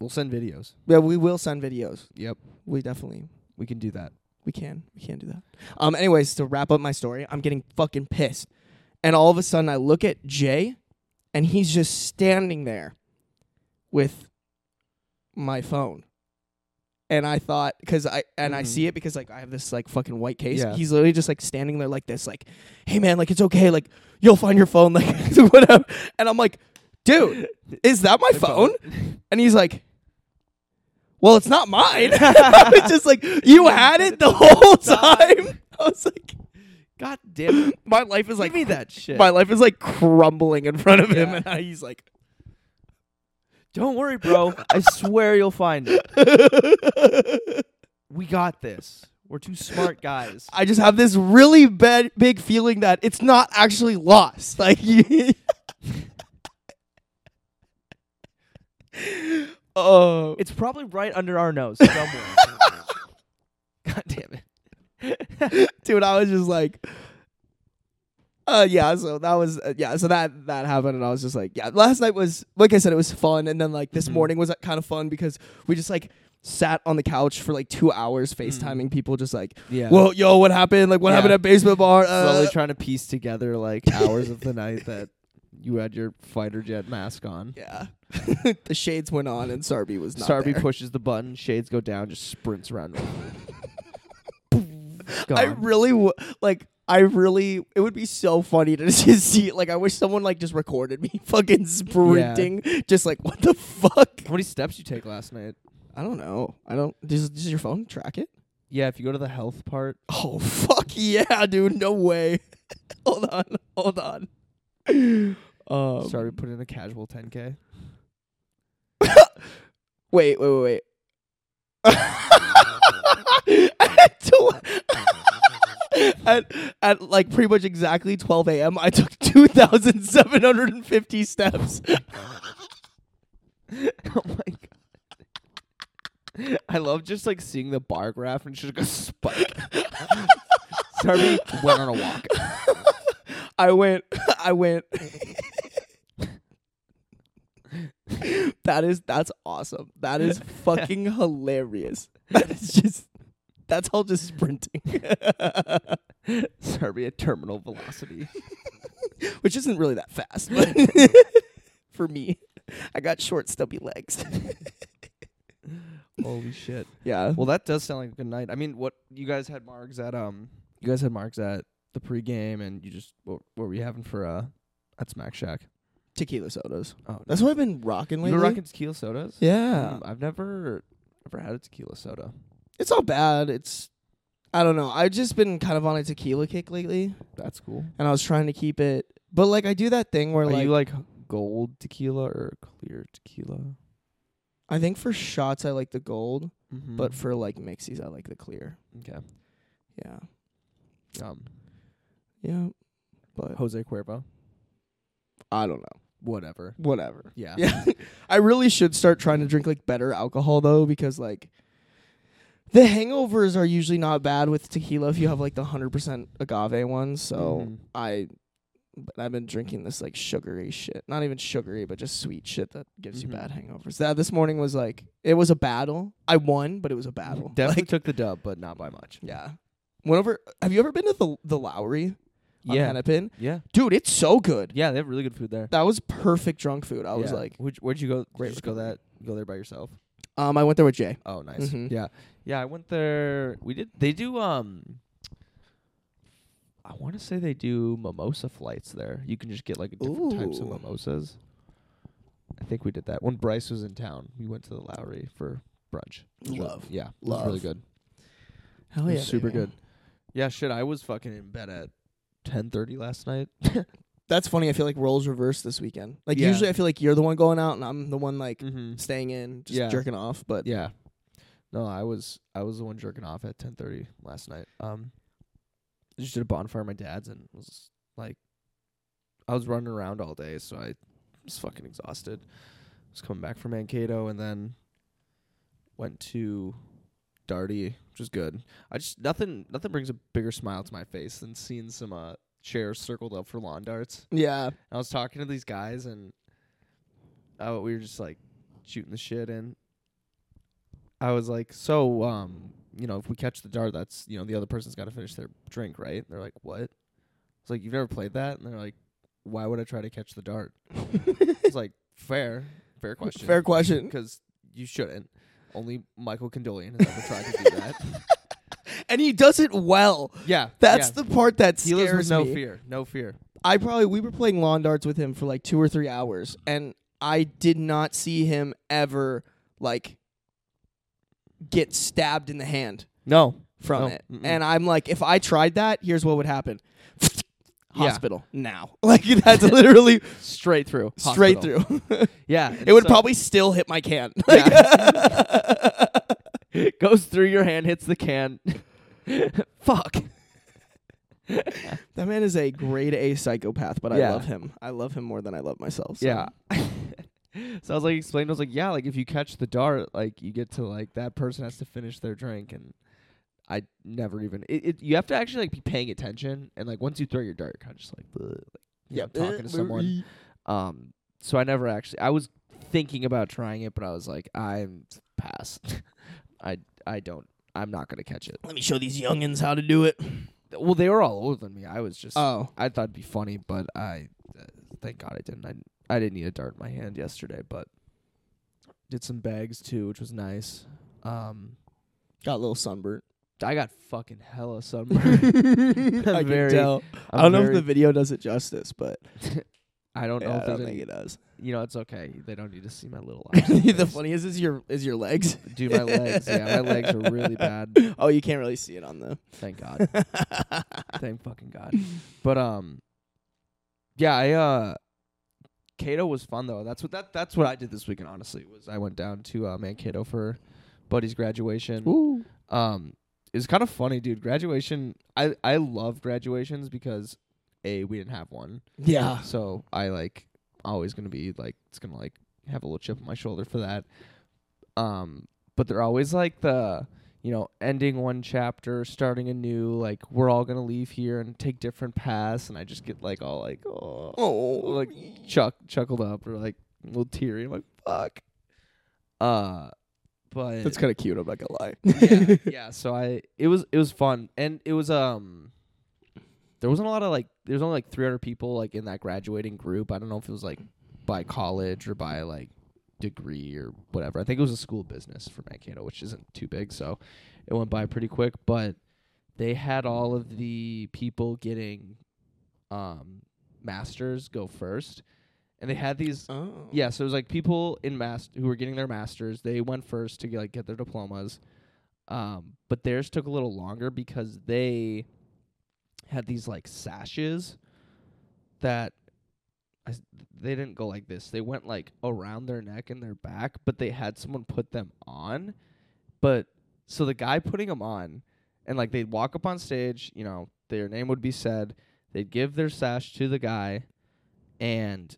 B: We'll send videos.
A: Yeah, we will send videos.
B: Yep,
A: We definitely
B: we can do that.
A: we can we can do that. Um anyways, to wrap up my story, I'm getting fucking pissed. And all of a sudden I look at Jay and he's just standing there with my phone. And I thought, because I and I
B: Mhm.
A: see it because like I have this like fucking white case.
B: Yeah.
A: He's literally just like standing there like this, like, "Hey man, like it's okay, like you'll find your phone, like whatever." And I'm like, "Dude, is that my phone?" And he's like, "Well, it's not mine." I was just like, "You had it the whole time." I was like,
B: God damn it.
A: "My life is like
B: Give me that shit.
A: my life is like crumbling in front of him,"
B: Yeah.
A: and I, he's like,
B: Don't worry, bro. I swear you'll find it. We got this. We're two smart guys.
A: I just have this really bad, big feeling that it's not actually lost. Like, you- oh,
B: It's probably right under our nose somewhere. God damn it.
A: dude, I was just like, uh, yeah. So that was, uh, yeah. So that that happened, and I was just like, yeah. Last night was, like I said, it was fun, and then like this
B: Mhm.
A: morning was kind of fun because we just like sat on the couch for like two hours, facetiming people, just like,
B: Mm. yeah.
A: well, yo, what happened? Like, what
B: Yeah.
A: happened at basement bar? Uh,
B: slowly trying to piece together like hours of the night that you had your fighter jet mask on.
A: Yeah. the shades went on and Sarby was not
B: Sarby
A: there.
B: pushes the button, shades go down, just sprints around.
A: I
B: Gone.
A: really w- like I really it would be so funny to just see like I wish someone like just recorded me fucking sprinting just like what the fuck?
B: How many steps you take last night?
A: I don't know. I don't does, does your phone track it?
B: Yeah, if you go to the health part,
A: Oh fuck yeah, dude. No way. hold on. Hold on. Um,
B: Sarby put in a casual 10k.
A: Wait, wait, wait, wait. at, tw- at, at like pretty much exactly 12 a.m., I took 2,750 steps.
B: oh my god. I love just like seeing the bar graph and it's just like a spike. Sarby went on a walk.
A: I went, I went. that is, that's awesome. That is fucking hilarious. That is just, that's all just sprinting,
B: Sarby at terminal velocity.
A: which isn't really that fast, but for me, I got short, stubby legs.
B: Holy shit.
A: Yeah.
B: Well, that does sound like a good night. I mean, what you guys had marks at um, you guys had marks at the pregame, and you just what, what were you having for uh, at Smack Shack?
A: tequila sodas.
B: Oh,
A: That's what I've been rocking
B: you
A: lately.
B: were rocking tequila sodas.
A: yeah,
B: Mm, I've never ever had a tequila soda.
A: it's not bad. It's I don't know. I've just been kind of on a tequila kick lately,
B: That's cool.
A: and I was trying to keep it. But like, I do that thing where
B: Are
A: like,
B: you like gold tequila or clear tequila?
A: I think for shots I like the gold,
B: Mm-hmm.
A: but for like mixies I like the clear.
B: okay,
A: Yeah,
B: um,
A: yeah. But
B: Jose Cuervo,
A: I don't know.
B: whatever.
A: Whatever.
B: Yeah.
A: Yeah. I really should start trying to drink like better alcohol though, because like the hangovers are usually not bad with tequila if you have like the hundred percent agave ones. So.
B: Mhm.
A: I but I've been drinking this like sugary shit. Not even sugary, but just sweet shit that gives
B: Mhm.
A: you bad hangovers. That this morning was like it was a battle. I won, but it was a battle.
B: definitely
A: Like,
B: took the dub, but not by much.
A: yeah. Went over have you ever been to the the Lowry on
B: yeah,
A: Hennepin?
B: yeah,
A: Dude, it's so good.
B: yeah. They have really good food there.
A: That was perfect drunk food. I was
B: Yeah.
A: like
B: Where'd- where'd you go? Did
A: Great
B: you just go
A: recovery.
B: that go there by yourself?
A: um I went there with Jay.
B: Oh, nice.
A: Mhm.
B: Yeah, yeah. I went there. We did. They do. Um, I want to say they do mimosa flights there. You can just get like different types of
A: Ooh.
B: mimosas. I think we did that when Bryce was in town. We went to the Lowry for brunch. It was really-
A: Love.
B: yeah, it was really
A: Love.
B: good.
A: Hell
B: It was super good. Yeah, shit. I was fucking in bed at ten thirty last night.
A: That's funny. I feel like roles reversed this weekend. Like
B: Yeah.
A: usually I feel like you're the one going out and I'm the one like
B: mm-hmm.
A: staying in, just
B: Yeah.
A: jerking off, but
B: Yeah. No, I was I was the one jerking off at ten thirty last night. Um I just did a bonfire at my dad's and was like I was running around all day, so I was fucking exhausted. was coming back from Mankato and then went to Darty, which is good. I just nothing nothing brings a bigger smile to my face than seeing some uh chairs circled up for lawn darts.
A: yeah.
B: I was talking to these guys and uh, we were just like shooting the shit and I was like, so um, you know, if we catch the dart, that's you know, the other person's got to finish their drink, right? And they're like, what? It's like you've never played that, and they're like, why would I try to catch the dart? it's like fair, fair question.
A: Fair question.
B: because you shouldn't. Only Michael Condolian has ever tried to do that.
A: And he does it well.
B: Yeah,
A: That's
B: yeah.
A: the part that
B: He lives with
A: scares
B: no
A: me.
B: fear. No fear.
A: I probably we were playing lawn darts with him for like two or three hours, and I did not see him ever like get stabbed in the hand
B: No.
A: from
B: No,
A: it.
B: Oh, mm-mm.
A: And I'm like, if I tried that, here's what would happen:
B: Yeah.
A: hospital now. Like that's literally
B: Straight through.
A: straight
B: Hospital.
A: through.
B: Yeah.
A: it would
B: so-
A: probably still hit my can.
B: Yeah. Goes through your hand, hits the can. Fuck.
A: that man is a grade A psychopath, but I
B: Yeah.
A: love him. I love him more than I love myself. so.
B: Yeah. so I was like explaining, I was like, yeah, like if you catch the dart, like you get to like that person has to finish their drink and I never even it, it you have to actually like be paying attention and like once you throw your dart, you're kind of just like, bleh, like yeah, talking
A: Eh,
B: to someone. Um so I never actually I was thinking about trying it, but I was like, I'm past. I I don't I'm not gonna catch it.
A: Let me show these youngins how to do it.
B: Well, they were all older than me. I was just
A: Oh.
B: I thought it'd be funny, but I uh, thank God I didn't. I, I didn't need a dart in my hand yesterday, but did some bags too, which was nice. Um,
A: Got a little sunburnt.
B: I got fucking hella sunburned.
A: I
B: I'm
A: can
B: very-
A: tell.
B: I'm
A: I don't know if
B: very-
A: the video does it justice, but
B: I don't know
A: yeah,
B: if
A: I
B: there's
A: don't
B: any-
A: think it does.
B: you know, it's okay. They don't need to see my little eyes.
A: the funniest is your is your legs.
B: Dude, my legs. Yeah, my legs are really bad.
A: Oh, you can't really see it on the.
B: Thank God. Thank fucking God. But um, yeah, I uh, Cato was fun though. That's what that that's what I did this weekend. Honestly, was I went down to uh, Mankato for Buddy's graduation.
A: Ooh.
B: Um, it's kind of funny, dude. Graduation. I I love graduations because a we didn't have one,
A: Yeah.
B: so I like always gonna be like it's gonna like have a little chip on my shoulder for that. Um, but they're always like the you know ending one chapter, starting a new. Like we're all gonna leave here and take different paths, and I just get like all like oh
A: Oh,
B: like chuck chuckled up or like a little teary. I'm like fuck. Uh, but
A: that's kind of cute. I'm not gonna lie.
B: yeah, yeah. So I it was it was fun and it was um there wasn't a lot of like there was only like 300 people like in that graduating group. I don't know if it was like by college or by like degree or whatever. I think it was a school of business for Mankato, which isn't too big, so it went by pretty quick, but they had all of the people getting um masters go first. And they had these
A: Oh.
B: yeah, so it was like people in mass who were getting their masters. They went first to get, like get their diplomas, um, but theirs took a little longer because they had these like sashes that I s- they didn't go like this. They went like around their neck and their back, but they had someone put them on. But so the guy putting them on, and like they'd walk up on stage, you know, their name would be said. They'd give their sash to the guy, and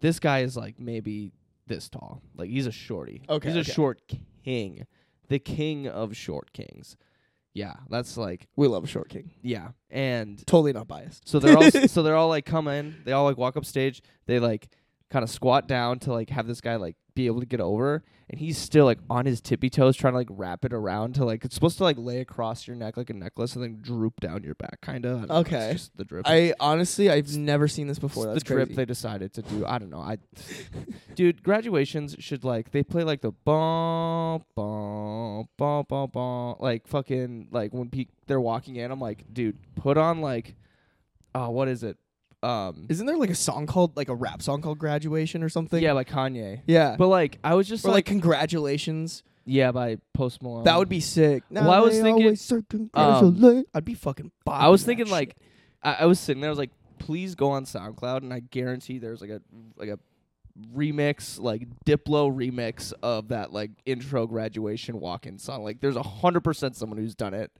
B: this guy is like maybe this tall. Like he's a shorty.
A: Okay,
B: he's a
A: okay.
B: short king, the king of short kings. Yeah, that's like
A: We love Short King.
B: yeah, and
A: Totally not biased.
B: so they're all so they're all like come in. They all like walk up stage. They like kind of squat down to like have this guy like be able to get over, and he's still like on his tippy toes trying to like wrap it around to like it's supposed to like lay across your neck like a necklace and then droop down your back kind of.
A: Okay.
B: just the drip.
A: I honestly, I've never seen this before.
B: It's
A: That's
B: the drip
A: crazy.
B: they decided to do. I don't know. I, dude, graduations should like they play like the bum bum bum bum bum like fucking like when pe- they're walking in. I'm like, dude, put on like, oh, what is it? Um,
A: Isn't there like a song called like a rap song called Graduation or something?
B: yeah, like Kanye.
A: Yeah.
B: But like, I was just
A: or like
B: like,
A: congratulations.
B: yeah, by Post Malone.
A: That would be sick.
B: Oh. Well, I was
A: they
B: thinking- Um,
A: always say congratulate. I'd be fucking. Bopping
B: I was
A: that
B: thinking
A: shit.
B: like, I, I was sitting there. I was like, please go on SoundCloud, and I guarantee there's like a like a remix, like Diplo remix of that like intro graduation walk-in song. Like, there's a hundred percent someone who's done it.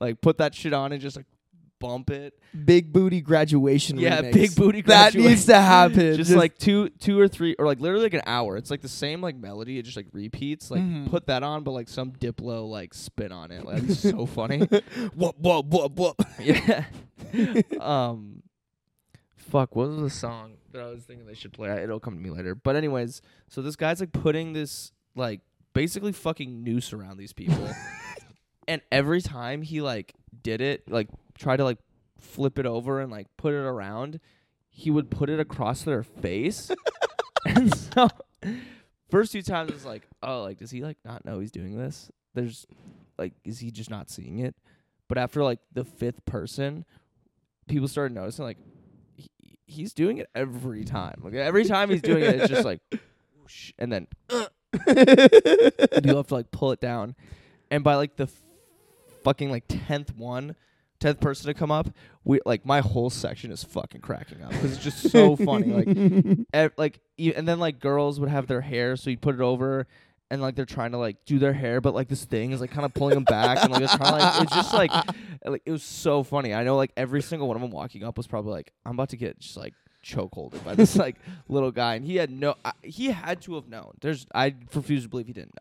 B: Like, put that shit on and just like bump it.
A: big booty graduation.
B: Yeah,
A: remix.
B: big booty.
A: That
B: graduation.
A: needs to happen.
B: Just, like two, two or three, or like literally like an hour. It's like the same like melody. It just like repeats. Like
A: Mhm.
B: put that on, but like some Diplo like spin on it. Like it's so funny.
A: whoop whoop whoop whoop.
B: Yeah. um fuck, what was the song that I was thinking they should play? It'll come to me later. But anyways, so this guy's like putting this like basically fucking noose around these people. and every time he like did it, like tried to like flip it over and like put it around, he would put it across their face. and so, first two times it's like, oh, like does he like not know he's doing this? There's like, is he just not seeing it? But after like the fifth person, people started noticing like he, he's doing it every time. Like every time he's doing it, it's just like, whoosh, and then and you have to like pull it down. And by like the f- fucking like tenth one, tenth person to come up, we like my whole section is fucking cracking up because it's just so funny. Like, ev- like e- and then like girls would have their hair, so you put it over. And like they're trying to like do their hair, but like this thing is like kind of pulling them back, and like it's trying to, like it's just like, like it was so funny. I know like every single one of them walking up was probably like, I'm about to get just like chokeholded by this like little guy, and he had no, I, he had to have known. There's, I refuse to believe he didn't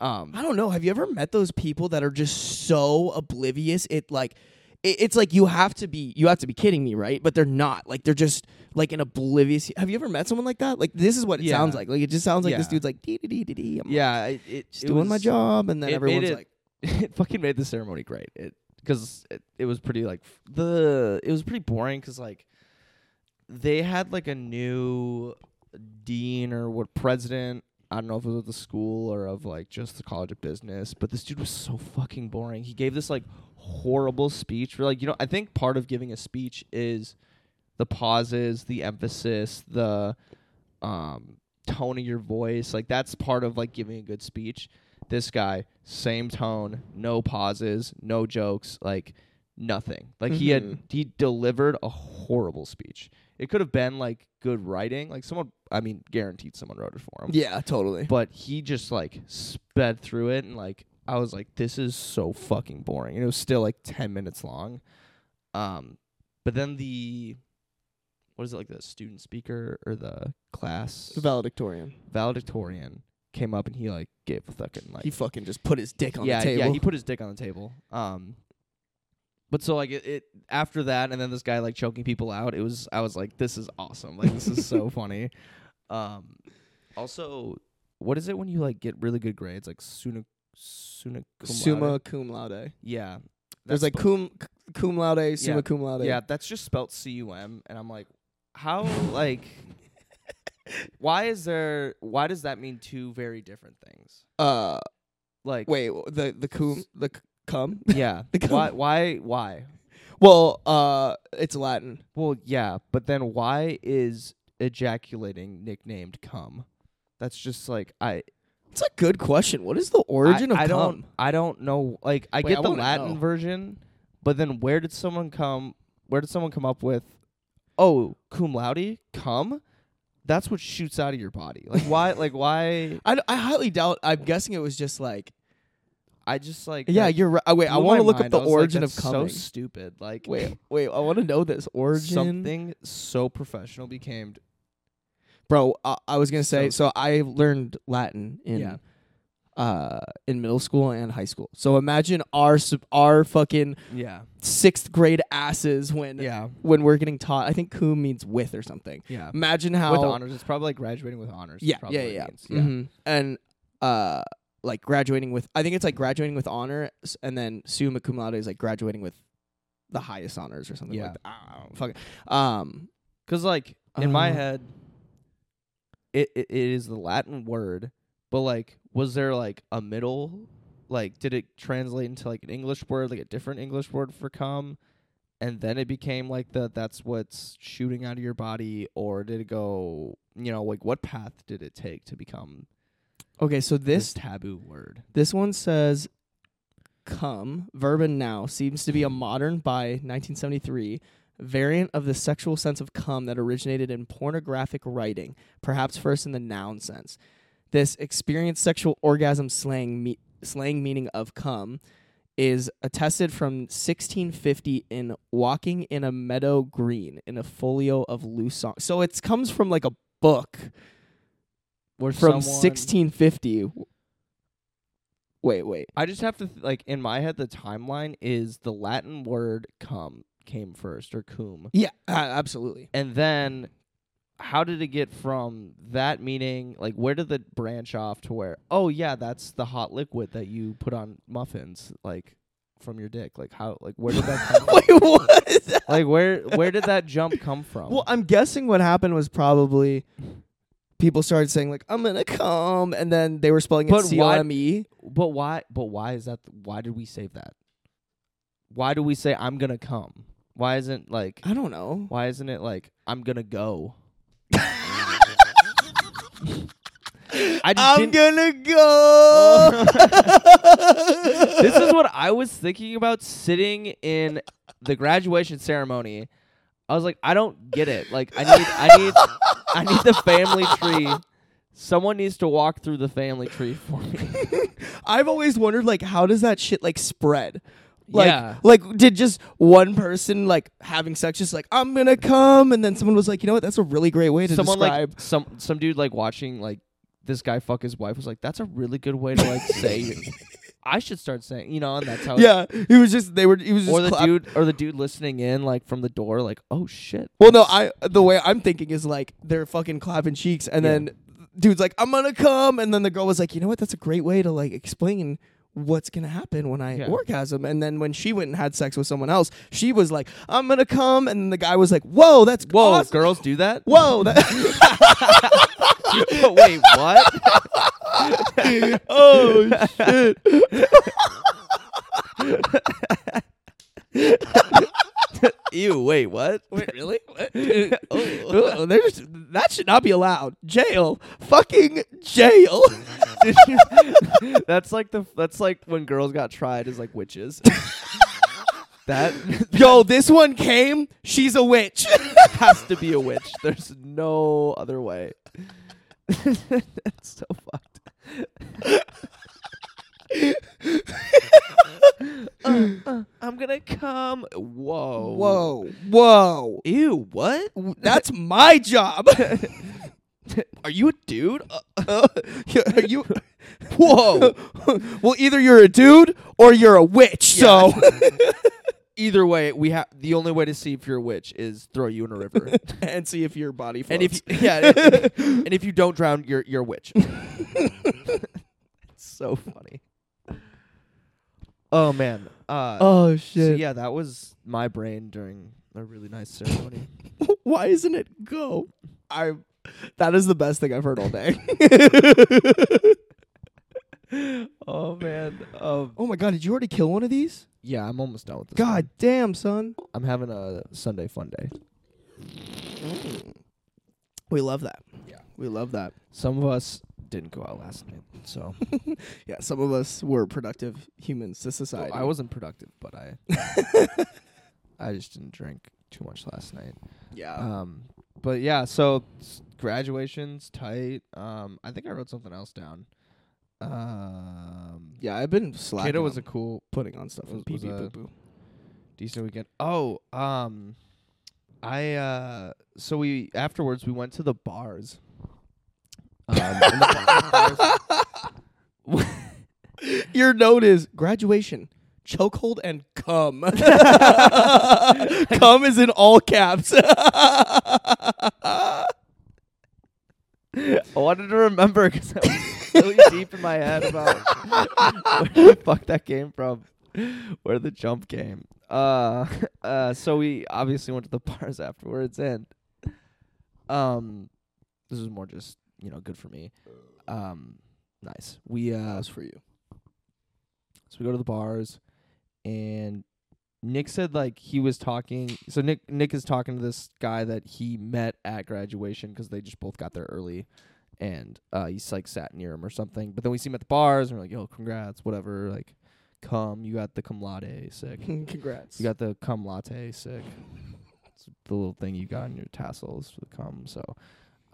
B: know. Um,
A: I don't know. Have you ever met those people that are just so oblivious? It like it, it's like you have to be you have to be kidding me, right? But they're not. Like they're just like an oblivious. Have you ever met someone like that? Like this is what it
B: Yeah.
A: sounds like. Like it just sounds like this
B: Yeah.
A: dude's like dee dee dee dee dee. I'm
B: Yeah, it, it
A: just
B: it
A: doing my
B: was-
A: job, and then
B: it made
A: everyone's
B: it-
A: like,
B: It fucking made the ceremony great. It because it, it was pretty like f- the it was pretty boring because like they had like a new dean or what president. I don't know if it was of the school or of like just the college of business, but this dude was so fucking boring. He gave this like horrible speech where like you know I think part of giving a speech is the pauses, the emphasis, the um, tone of your voice. Like that's part of like giving a good speech. This guy, same tone, no pauses, no jokes, like nothing. Like he had
A: Mhm.
B: he delivered a horrible speech. It could have been like good writing. Like someone, I mean, guaranteed someone wrote it for him.
A: yeah, totally.
B: But he just like sped through it and like I was like, this is so fucking boring. And it was still like ten minutes long. Um but then the what is it like the student speaker or the class
A: Valedictorian.
B: valedictorian came up and he like gave a fucking like
A: He fucking just put his dick on
B: yeah,
A: the table.
B: Yeah, he put his dick on the table. Um but so like it, it after that and then this guy like choking people out, it was I was like, This is awesome. Like this is so funny. Um also what is it when you like get really good grades? Like suna suna cum
A: summa
B: laude?
A: cum laude.
B: Yeah.
A: There's like
B: that's spe-
A: cum cum laude, summa cum laude.
B: Yeah, that's just spelt C U M and I'm like, how like why is there why does that mean two very different things?
A: Uh,
B: Like
A: wait, w- the the cum the c- cum.
B: yeah.
A: The cum-
B: why why why?
A: Well, uh, it's Latin.
B: Well, yeah, but then why is ejaculating nicknamed cum? That's just like I
A: It's a good question. What is the origin
B: I,
A: of
B: I
A: cum?
B: don't I don't know. Like I
A: Wait,
B: get
A: I
B: the
A: wanna
B: Latin
A: know.
B: version, but then where did someone come? Where did someone come up with? Oh, cum laude, cum. That's what shoots out of your body. Like why? like why?
A: I, d- I highly doubt. I'm guessing it was just like.
B: I just like
A: Yeah,
B: that
A: you're right. wait, I
B: blew
A: want to
B: my
A: look up
B: mind.
A: the
B: I was like,
A: origin
B: that's
A: of coming.
B: So stupid. Like
A: wait, wait. I want to know this origin.
B: something so professional became
A: bro. I, I was gonna say.
B: So-
A: So I learned Latin in,
B: Yeah.
A: uh, in middle school and high school. So imagine our sub- our fucking
B: yeah
A: sixth grade asses when
B: yeah
A: when we're getting taught. I think cum means with or something.
B: yeah.
A: Imagine how
B: with honors. It's probably like graduating with honors.
A: Yeah,
B: probably
A: yeah, yeah.
B: means.
A: Mhm. And uh, like graduating with, I think it's like graduating with honor, s- and then summa cum laude is like graduating with the highest honors or something
B: Yeah.
A: like that. I don't know, fuck it. Um,
B: Cause like in my
A: Uh,
B: head, it, it it is the Latin word, but like, was there like a middle? Like, did it translate into like an English word, like a different English word for come, and then it became like the that's what's shooting out of your body, or did it go? You know, like what path did it take to become
A: okay, so
B: this,
A: this
B: taboo word?
A: this one says, "Cum verb and now seems to be a modern by 1973." Variant of the sexual sense of cum that originated in pornographic writing, perhaps first in the noun sense. This experienced sexual orgasm slang, me- slang meaning of cum is attested from 1650 in Walking in a Meadow Green in a folio of loose song. So it comes from like a book
B: Where
A: from
B: someone-
A: 1650. Wait, wait.
B: I just have to th- like in my head the timeline is the Latin word cum came first or cum,
A: Yeah, uh, absolutely.
B: and then how did it get from that meaning like where did the branch off to where oh yeah that's the hot liquid that you put on muffins like from your dick? Like how? Like where did that? come from?
A: Wait, what?
B: Like where? Where did that jump come from?
A: Well, I'm guessing what happened was probably people started saying like I'm gonna come, and then they were spelling it
B: But why-
A: C O M E.
B: but why? But why is that? Why did we save that? Why do we say I'm gonna come? Why isn't like?
A: I don't know.
B: Why isn't it like I'm gonna go? I just
A: I'm
B: didn't-
A: gonna go.
B: this is what I was thinking about sitting in the graduation ceremony. I was like, I don't get it. Like, I need, I need, I need the family tree. Someone needs to walk through the family tree for me.
A: I've always wondered like how does that shit like spread? Like,
B: Yeah.
A: like did just one person like having sex just like I'm gonna come and then someone was like, you know what, that's a really great way to
B: Someone
A: describe
B: like some some dude like watching like this guy fuck his wife was like, that's a really good way to like say. I should start saying, you know, and that's how.
A: Yeah. He was just they were he was just
B: Or the
A: clap-
B: dude, or the dude listening in, like from the door, like, oh shit.
A: Well no, I the way I'm thinking is like they're fucking clapping cheeks and
B: Yeah.
A: then dude's like, I'm gonna come and then the girl was like, you know what, that's a great way to like explain what's gonna happen when I
B: Yeah.
A: orgasm and then when she went and had sex with someone else, she was like, I'm gonna come and the guy was like, Whoa, that's
B: Whoa,
A: awesome.
B: Oh, girls do that.
A: Whoa, that
B: Wait, what?
A: Oh shit.
B: Ew, wait, what?
A: Wait, really? oh, there's that should not be allowed. Jail. Fucking jail.
B: that's like the that's like when girls got tried as like witches. that
A: Yo, this one came. She's a witch.
B: has to be a witch. There's no other way. that's so fucked. Uh, uh, I'm gonna come. Whoa.
A: Whoa. Whoa.
B: Ew, what?
A: That's my job.
B: Are you a dude? Uh,
A: Uh, are you Whoa. well, either you're a dude or you're a witch. So
B: either way, we have the only way to see if you're a witch is throw you in a river.
A: and see if your body floats.
B: And if you, yeah, and if, and if you don't drown, you're you're a witch. it's so funny. Oh man. Uh,
A: oh shit.
B: so yeah, that was my brain during a really nice ceremony.
A: Why isn't it go? I that is the best thing I've heard all day.
B: oh man. Um,
A: oh my god, did you already kill one of these?
B: yeah, I'm almost done with this.
A: God damn, son.
B: one. I'm having a Sunday fun day.
A: We love that.
B: Yeah.
A: We love that.
B: Some of us didn't go out last night, so
A: Yeah, some of us were productive humans to
B: Well,
A: society.
B: I wasn't productive, but I I just didn't drink too much last night.
A: yeah.
B: Um, but yeah, so s- graduations tight. Um, I think I wrote something else down. Um,
A: yeah, I've been slacking.
B: Kato was a
A: on
B: cool,
A: putting on stuff
B: was-
A: in pee
B: was
A: pee
B: a-
A: poo poo.
B: decent weekend. Oh, um, I uh, so we afterwards we went to the bars. Um, and the bars-
A: Your note is graduation, chokehold, and cum. cum is in all caps.
B: I wanted to remember because I was really deep in my head about where the fuck that came from, where the jump came. Uh, uh, so we obviously went to the bars afterwards, and um, this is more just you know good for me. Um, nice. We uh,
A: That's for you.
B: so we go to the bars, and Nick said like he was talking. So Nick Nick is talking to this guy that he met at graduation 'cause they just both got there early, and uh, he's like sat near him or something. But then we see him at the bars, and we're like, "Yo, congrats, whatever." Like, come, you got the cum latte, sick.
A: Congrats.
B: You got the cum latte, sick. It's the little thing you got in your tassels for the cum. So,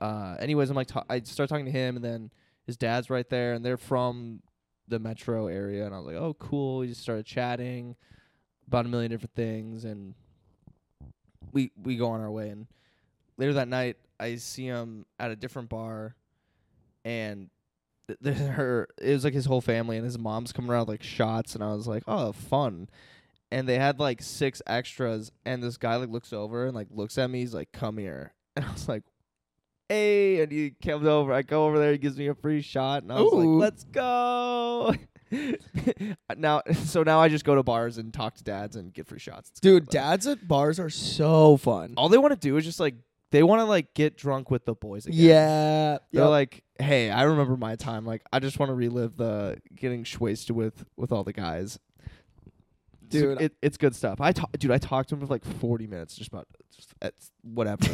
B: uh, anyways, I'm like, ta- I start talking to him, and then his dad's right there, and they're from the metro area, and I was like, oh, cool. We just started chatting about a million different things, and we we go on our way. And later that night, I see him at a different bar, and th- th- her it was like his whole family, and his mom's coming around with, like shots, and I was like, oh, fun and they had like six extras and this guy like looks over and like looks at me he's like come here and i was like hey and he comes over i go over there he gives me a free shot and i was
A: Ooh.
B: like let's go now, so now I just go to bars and talk to dads and get free shots. It's
A: Dude,
B: kinda like-
A: dads at bars are so fun.
B: All they want to do is just like they want to like get drunk with the boys again.
A: Yeah.
B: They're
A: Yep.
B: like, hey, I remember my time. Like, I just want to relive the getting schwasted with with all the guys. So
A: Dude, I-
B: it, it's good stuff. I talk, dude, I talked to him for like forty minutes, just about just, it's whatever.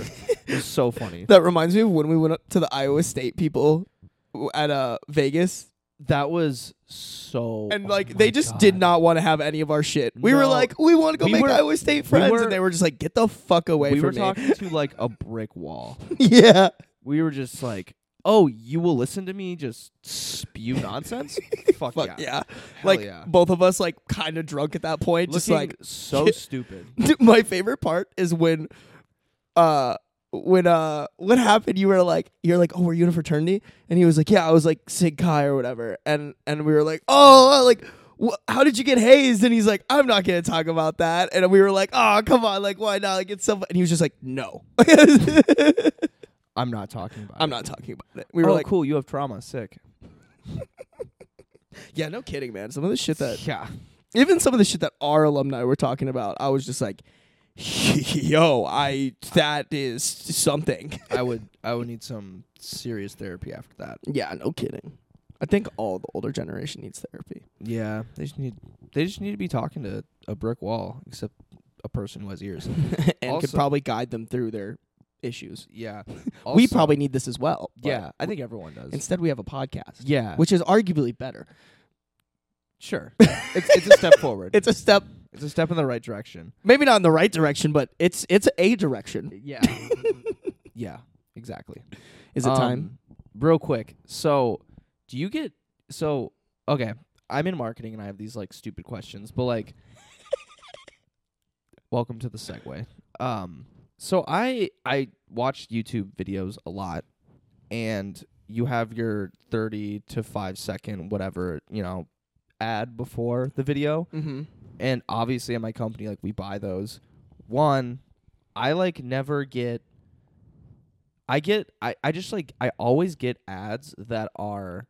B: it's so funny.
A: that reminds me of when we went up to the Iowa State people w- at uh Vegas
B: That was so.
A: and
B: oh
A: like
B: my
A: they just did
B: God.
A: not want to have any of our shit. We were
B: No.
A: like, we want to go
B: We
A: make
B: were-
A: Iowa State friends
B: were-
A: and they were just like get the fuck away
B: We
A: from
B: were
A: me.
B: talking to like a brick wall.
A: yeah.
B: We were just like, oh, you will listen to me just spew nonsense. Fuck,
A: Fuck yeah.
B: yeah.
A: Like
B: yeah.
A: both of us like kind of drunk at that point just
B: Looking
A: like
B: so stupid.
A: Dude, my favorite part is when uh when uh what happened you were like you're like oh were you in a fraternity and he was like yeah i was like sig chi or whatever and and we were like oh like wh- how did you get hazed and he's like i'm not gonna talk about that and we were like oh come on like why not like it's so fu-" and he was just like no
B: I'm not talking about.
A: i'm
B: it.
A: not talking about it we were
B: oh,
A: like
B: cool. You have trauma. Sick.
A: yeah no kidding man some of the shit that
B: yeah.
A: even some of the shit that our alumni were talking about i was just like yo i that is something
B: I would. I would need some serious therapy after that.
A: Yeah, no kidding. I think all the older generation needs therapy.
B: Yeah. They just need. They just need to be talking to a brick wall, except a person who has ears.
A: and
B: Also-
A: could probably guide them through their issues.
B: yeah.
A: we
B: Also-
A: probably need this as well. but
B: Yeah. I think everyone does.
A: Instead, we have a podcast,
B: yeah.
A: which is arguably better.
B: sure. it's, it's a step forward.
A: It's a step,
B: It's a step in the right direction.
A: maybe not in the right direction, but it's it's a direction.
B: Yeah. yeah. Exactly.
A: Is it
B: Um,
A: time?
B: Real quick. So, do you get so okay? I'm in marketing and I have these like stupid questions, but like, welcome to the segue. Um, so I I watch YouTube videos a lot, and you have your thirty to five second whatever you know ad before the video,
A: Mm-hmm.
B: and obviously at my company like we buy those one i like never get i get i, I just like i always get ads that are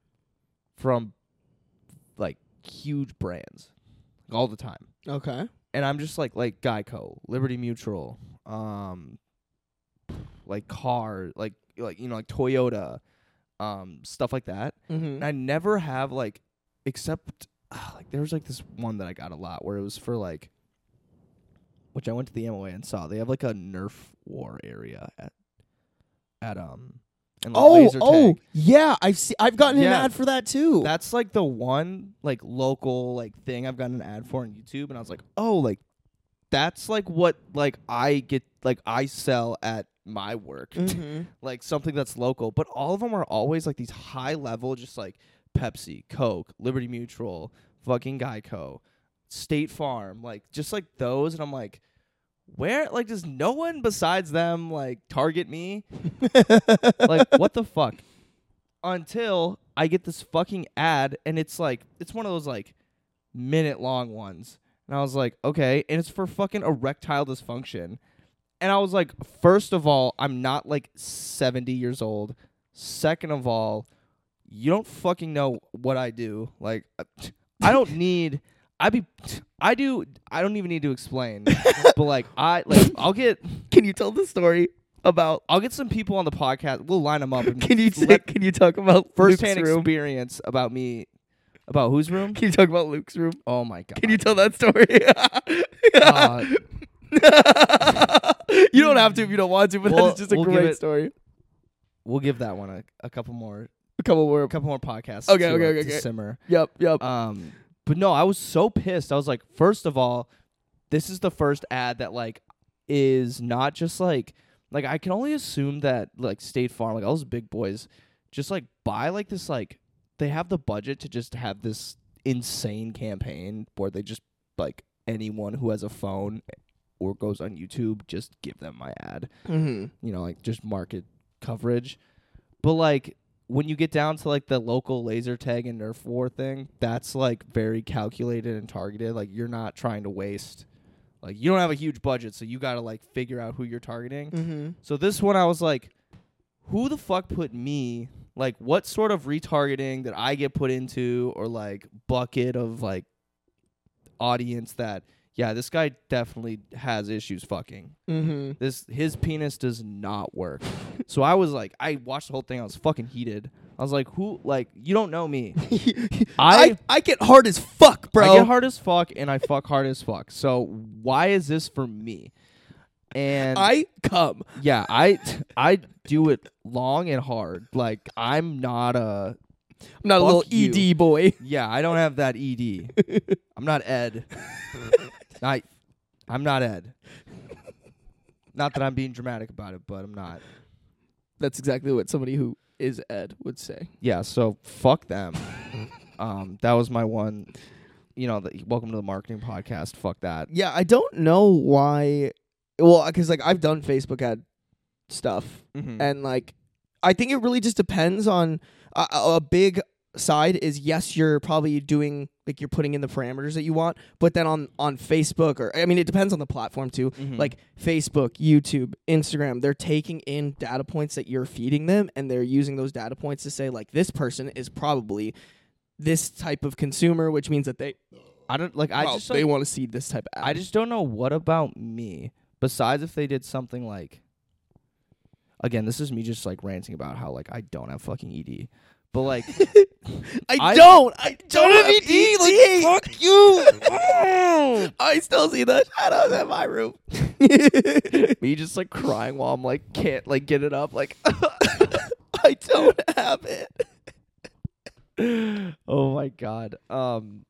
B: from like huge brands like, all the time
A: Okay.
B: and i'm just like like geico liberty mutual um like car like like you know like toyota um stuff like that
A: Mm-hmm.
B: and I never have like, except ah, like there was like this one that I got a lot where it was for like, which I went to the MOA and saw they have like a Nerf war area at, at um, and like,
A: Oh,
B: laser
A: oh,
B: tag.
A: yeah. I've see, I've gotten an
B: Yeah.
A: ad for that too.
B: that's like the one like local like thing I've gotten an ad for on YouTube, and I was like, oh, like that's like what like I get like I sell at my work
A: Mhm.
B: like something that's local. But all of them are always like these high level, just like Pepsi, Coke, Liberty Mutual, fucking Geico, State Farm, like just like those. And I'm like, where? Like, does no one besides them like target me? like, what the fuck? Until I get this fucking ad, and it's like, it's one of those like minute long ones. And I was like, okay. And it's for fucking erectile dysfunction. And I was like, first of all, I'm not like 70 years old. Second of all, you don't fucking know what I do. Like, I don't need. I be. I do. I don't even need to explain. but like, I like. I'll get.
A: Can you tell the story about?
B: I'll get some people on the podcast. We'll line them up. And
A: Can you say,
B: let-
A: can you talk about Luke's
B: firsthand
A: room?
B: experience about me? About whose room?
A: Can you talk about Luke's room?
B: Oh my god.
A: Can you tell that story?
B: Uh,
A: you don't have to if you don't want to, but
B: Well,
A: that's just a
B: we'll give
A: great
B: it-
A: story.
B: we'll give that one a, a couple more.
A: A couple Uh,
B: A
A: more.
B: couple more podcasts.
A: Okay,
B: to,
A: okay,
B: uh,
A: okay,
B: to
A: okay.
B: Simmer.
A: Yep, yep.
B: Um, but no, I was so pissed. I was like, first of all, this is the first ad that like is not just like like I can only assume that like State Farm, like all those big boys, just like buy like this like they have the budget to just have this insane campaign where they just like anyone who has a phone or goes on YouTube just give them my ad
A: mm-hmm.
B: you know, like just market coverage. But like when you get down to like the local laser tag and Nerf war thing, that's like very calculated and targeted. Like you're not trying to waste. Like you don't have a huge budget, so you got to like
A: Mm.
B: figure out who you're targeting.
A: Mm-hmm.
B: So this one I was like, who the fuck put me Like what sort of retargeting that I get put into or like bucket of like audience that yeah, this guy definitely has issues fucking
A: Mm-hmm.
B: this his penis does not work. so I was like, I watched the whole thing. I was fucking heated. I was like, who? Like, you don't know me.
A: Mm-hmm. I, I get hard as fuck, bro.
B: I get hard as fuck, and I fuck hard as fuck. So why is this for me? And
A: I come.
B: yeah, I I do it long and hard. Like I'm not a
A: I'm not a
B: Fuck
A: little
B: you.
A: ED boy.
B: yeah. I don't have that ed. I'm not Ed. I I'm not Ed. Not that I'm being dramatic about it, but I'm not.
A: That's exactly what somebody who is Ed would say.
B: yeah, so fuck them. um, that was my one. You know, the, welcome to the marketing podcast. Fuck that.
A: Yeah, I don't know why. Well, because like I've done Facebook ad stuff and like i think it really just depends on a a a big side is yes you're probably doing like you're putting in the parameters that you want but then on on facebook or i mean it depends on the platform too
B: Mhm.
A: like facebook youtube instagram they're taking in data points that you're feeding them and they're using those data points to say like this person is probably this type of consumer which means that they
B: I don't like. I
A: well,
B: just
A: they
B: like,
A: want to see this type of ad.
B: I just don't know what about me. Besides, if they did something like, again, this is me just like ranting about how like I don't have fucking ed, but like
A: I,
B: I-
A: don't i don't,
B: have E
A: have ED, like, fuck
B: you.
A: I still see the shadows in my room.
B: me just like crying while I'm like can't like get it up like.
A: I don't have it.
B: oh my god. Um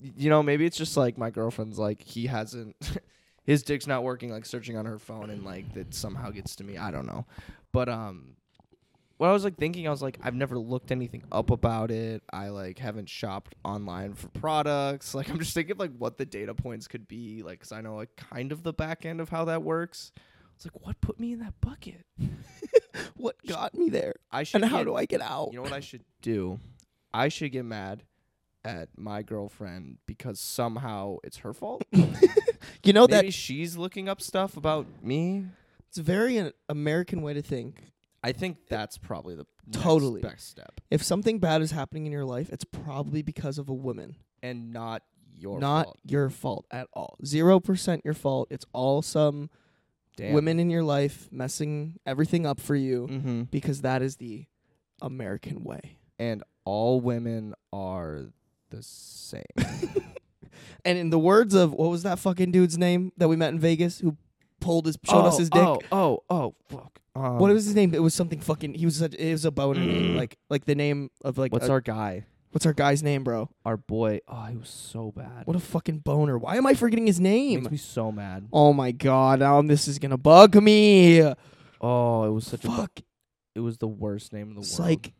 B: y- you know, maybe it's just like my girlfriend's like he hasn't his dick's not working like searching on her phone and like that somehow gets to me. I don't know. But um what I was like thinking I was like I've never looked anything up about it. I like haven't shopped online for products. Like I'm just thinking like what the data points could be like cuz I know like kind of the back end of how that works. It's like what put me in that bucket?
A: What got me there?
B: I should
A: And how
B: get-
A: do I get out?
B: you know what I should do? I should get mad at my girlfriend because somehow it's her fault.
A: You know
B: Maybe she's looking up stuff about me.
A: that's very an American way to think.
B: I think that's probably the next
A: Totally.
B: best step,
A: If something bad is happening in your life, it's probably because of a woman,
B: and not your
A: not
B: fault.
A: your fault at all. Zero percent your fault. It's all some
B: Damn.
A: women in your life messing everything up for you
B: hmm
A: because that is the American way.
B: And all women are the same.
A: And in the words of what was that fucking dude's name that we met in Vegas who pulled his showed us his dick?
B: Oh, oh, oh, fuck. Um,
A: what was his name? It was something fucking. He was such. It was a boner name, like like the name of like.
B: What's
A: a-
B: our guy?
A: what's our guy's name, bro?
B: Our boy. Oh, he was so bad.
A: What a fucking boner! Why am I forgetting his name?
B: makes me so mad.
A: oh my god! Now this is gonna bug me.
B: Oh, it was such a.
A: Fuck!
B: It was the worst name in the
A: It's
B: world.
A: like,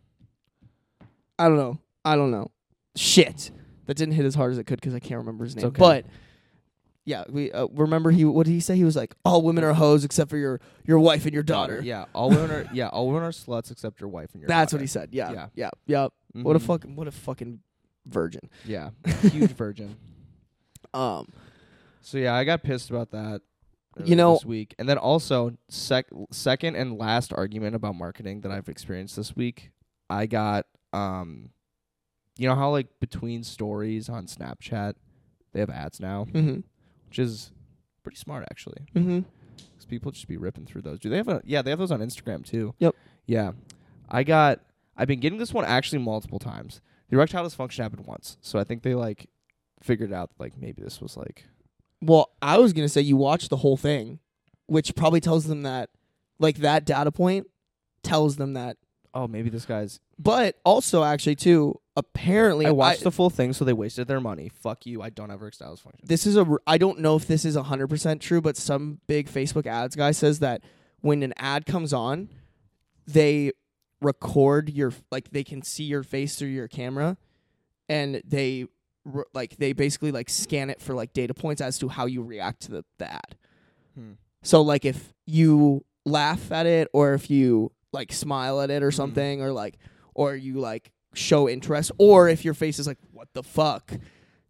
A: I don't know. I don't know. Shit! That didn't hit as hard as it could because I can't remember his name.
B: okay.
A: But yeah, we uh, remember he. What did he say? He was like, "All women are hoes except for your your wife and your daughter."
B: Yeah, all women are yeah, all women are sluts except your wife and your
A: That's what
B: daughter.
A: he said. Yeah. Yeah.
B: Yeah.
A: Yeah. What a
B: Mhm.
A: fucking what a fucking virgin.
B: Yeah. Huge virgin.
A: Um.
B: So yeah, I got pissed about that. earlier
A: You know-
B: this week, and then also sec- second and last argument about marketing that I've experienced this week, I got um, you know how like between stories on Snapchat, they have ads now,
A: hmm
B: which is pretty smart actually.
A: Mm-hmm.
B: 'Cause people just be ripping through those. Do they have a? Yeah, they have those on Instagram too.
A: Yep.
B: Yeah, I got. I've been getting this one actually multiple times. The erectile dysfunction happened once, so I think they like figured out like maybe this was like
A: Well, I was gonna say you watch the whole thing, which probably tells them that, like that data point, tells them that.
B: oh maybe this guy's.
A: But also, actually, too, apparently,
B: I watched the full thing, so they wasted their money. Fuck you! I don't have erectile dysfunction.
A: This is a. r- I don't know if this is hundred percent true, but some big Facebook ads guy says that when an ad comes on, they record your like they can see your face through your camera, and they re- like they basically like scan it for like data points as to how you react to the, the ad.
B: Hmm.
A: So like if you laugh at it or if you like smile at it or something or like or you like show interest or if your face is like what the fuck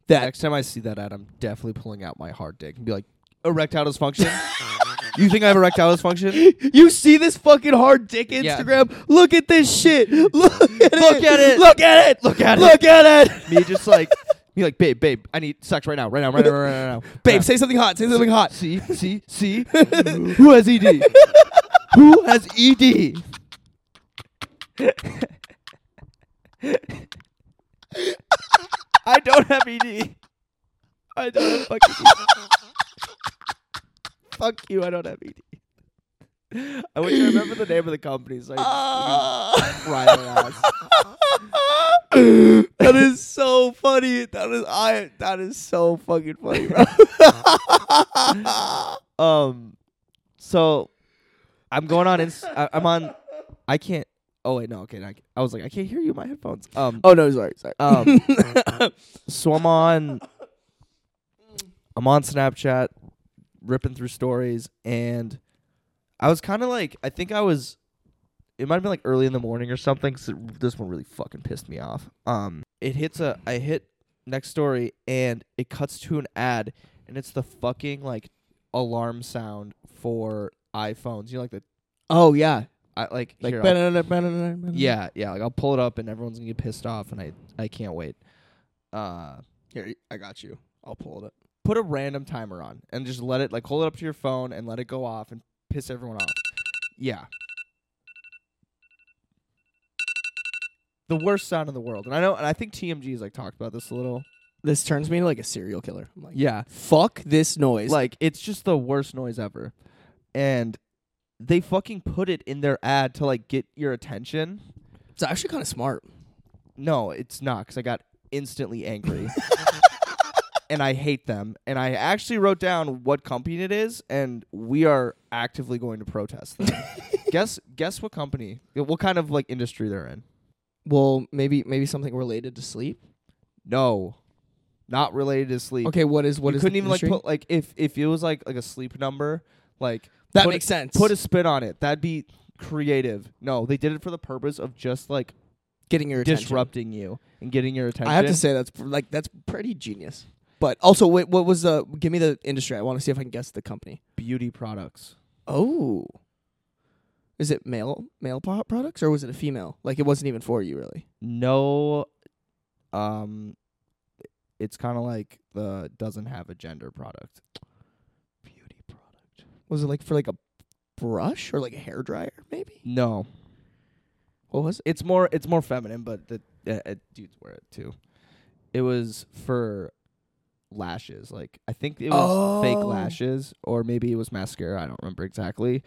A: that
B: Next time I see that ad, I'm definitely pulling out my hard dick and be like, erectile dysfunction. You think I have erectile dysfunction?
A: You see this fucking hard dick
B: Yeah.
A: Instagram? Look at this shit. Look at
B: Look
A: it.
B: at it.
A: Look at it.
B: Look at it.
A: Look at it.
B: me just like me like babe babe i need sex right now right now right now right now, right now.
A: Babe, say something hot. Say something hot.
B: see see see who has ed who has E ed i don't have
A: E
B: ed i don't have fucking ED. fuck you i don't
A: E
B: have ed i wish i remember the name of the company so
A: Ah.
B: i could fry their ass
A: that is so funny. That is I. That is so fucking funny, bro.
B: Um, so I'm going on. Inst- I- I'm on. I can't. Oh wait, no. Okay, I, I was like, I can't hear you. in My headphones. Um,
A: oh no, sorry, sorry.
B: um. so I'm on. I'm on Snapchat, ripping through stories, and I was kind of like, I think I was. It might have been like early in the morning or something. So this one really fucking pissed me off. Um, it hits a. I hit next story, and it cuts to an ad, and it's the fucking like alarm sound for iPhones. You know, like the
A: oh yeah,
B: I like
A: like
B: here, I'll-
A: banana, banana, banana.
B: yeah, yeah. Like I'll pull it up, and everyone's gonna get pissed off, and I I can't wait. Uh,
A: Here, I got you. I'll pull it up.
B: put a random timer on and just let it like hold it up to your phone and let it go off and piss everyone off. Yeah. The worst sound in the world. And I know and I think TMG's like talked about this a little.
A: This turns me into like a serial killer. I'm like,
B: Yeah.
A: fuck this noise.
B: Like it's just the worst noise ever. And they fucking put it in their ad to like get your attention.
A: it's actually kind of smart.
B: No, it's not cuz I got instantly angry. and I hate them. And I actually wrote down what company it is, and we are actively going to protest them. guess guess what company, what kind of like industry they're in?
A: Well, maybe maybe something related to sleep.
B: No, not related to sleep.
A: Okay, what is what
B: you
A: is
B: couldn't
A: the
B: even like
A: industry?
B: put like if if it was like like a sleep number, like
A: that
B: put
A: makes
B: a,
A: sense.
B: Put a spin on it. That'd be creative. No, they did it for the purpose of just like
A: getting your attention.
B: disrupting you and getting your attention.
A: I have to say that's pr- like that's pretty genius. But also, wait, what was the? Give me the industry. I want to see if I can guess the company.
B: beauty products.
A: Oh, is it male male pro- products or was it a female? Like it wasn't even for you really.
B: no um it's kind of like the doesn't have a gender product beauty product
A: Was it like for like a brush or like a hair dryer maybe?
B: no
A: What was it?
B: it's more it's more feminine but the uh, uh, dudes wear it too it was for lashes like i think it was fake
A: Oh.
B: lashes or maybe it was mascara i don't remember exactly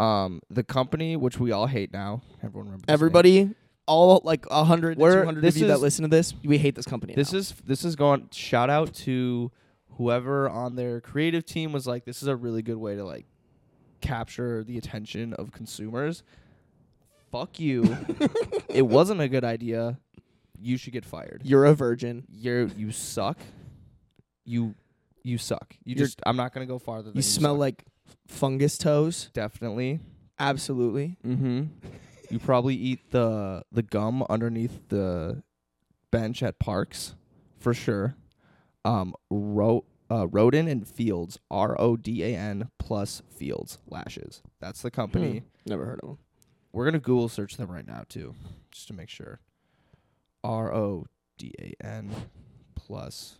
B: um the company which we all hate now everyone remembers
A: Everybody, all like a hundred,
B: We're-
A: two hundred
B: this
A: of you
B: is-
A: that listen to this, we hate this company.
B: This
A: now.
B: is this is going shout out to whoever on their creative team was like this is a really good way to like capture the attention of consumers. Fuck you. it wasn't a good idea. You should get fired.
A: you're a virgin.
B: You you suck. You you suck. You
A: You're-
B: just I'm not going to go farther than
A: You smell
B: suck.
A: like fungus toes.
B: definitely.
A: Absolutely.
B: Mhm. you probably eat the the gum underneath the bench at parks for sure. Um, ro- uh, Roden and Fields, R O D A N plus Fields lashes. That's the company.
A: Never heard of them.
B: We're gonna Google search them right now too, just to make sure. R O D A N plus.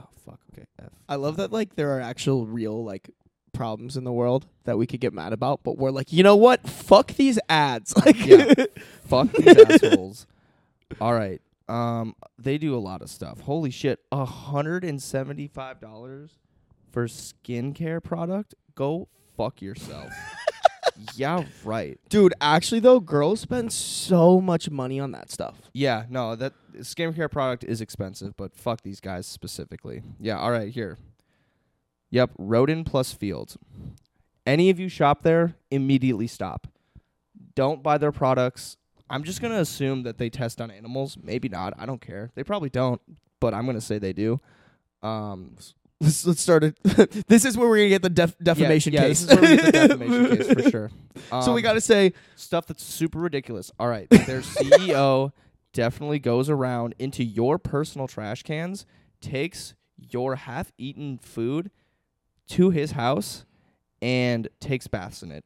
B: Oh fuck. Okay. F.
A: I love that like there are actual real like problems in the world that we could get mad about, but we're like, you know what? Fuck these ads. Like
B: Yeah. Fuck these assholes. All right. Um, they do a lot of stuff. Holy shit, hundred and seventy-five dollars for skincare product. Go fuck yourself. yeah, right.
A: Dude, actually though, girls spend so much money on that stuff.
B: Yeah, no, that skincare product is expensive, but fuck these guys specifically. Yeah, all right, here. Yep, Roden plus Fields. Any of you shop there, immediately stop. Don't buy their products. I'm just going to assume that they test on animals. Maybe not. I don't care. They probably don't, but I'm going to say they do. Um,
A: Let's, let's start it. this is where we're gonna get the def- defamation
B: yeah, yeah,
A: case.
B: This is where we get the defamation case for sure.
A: so we
B: Um,
A: gotta say,
B: stuff that's super ridiculous. All right, their CEO definitely goes around into your personal trash cans, takes your half-eaten food to his house, and takes baths in it.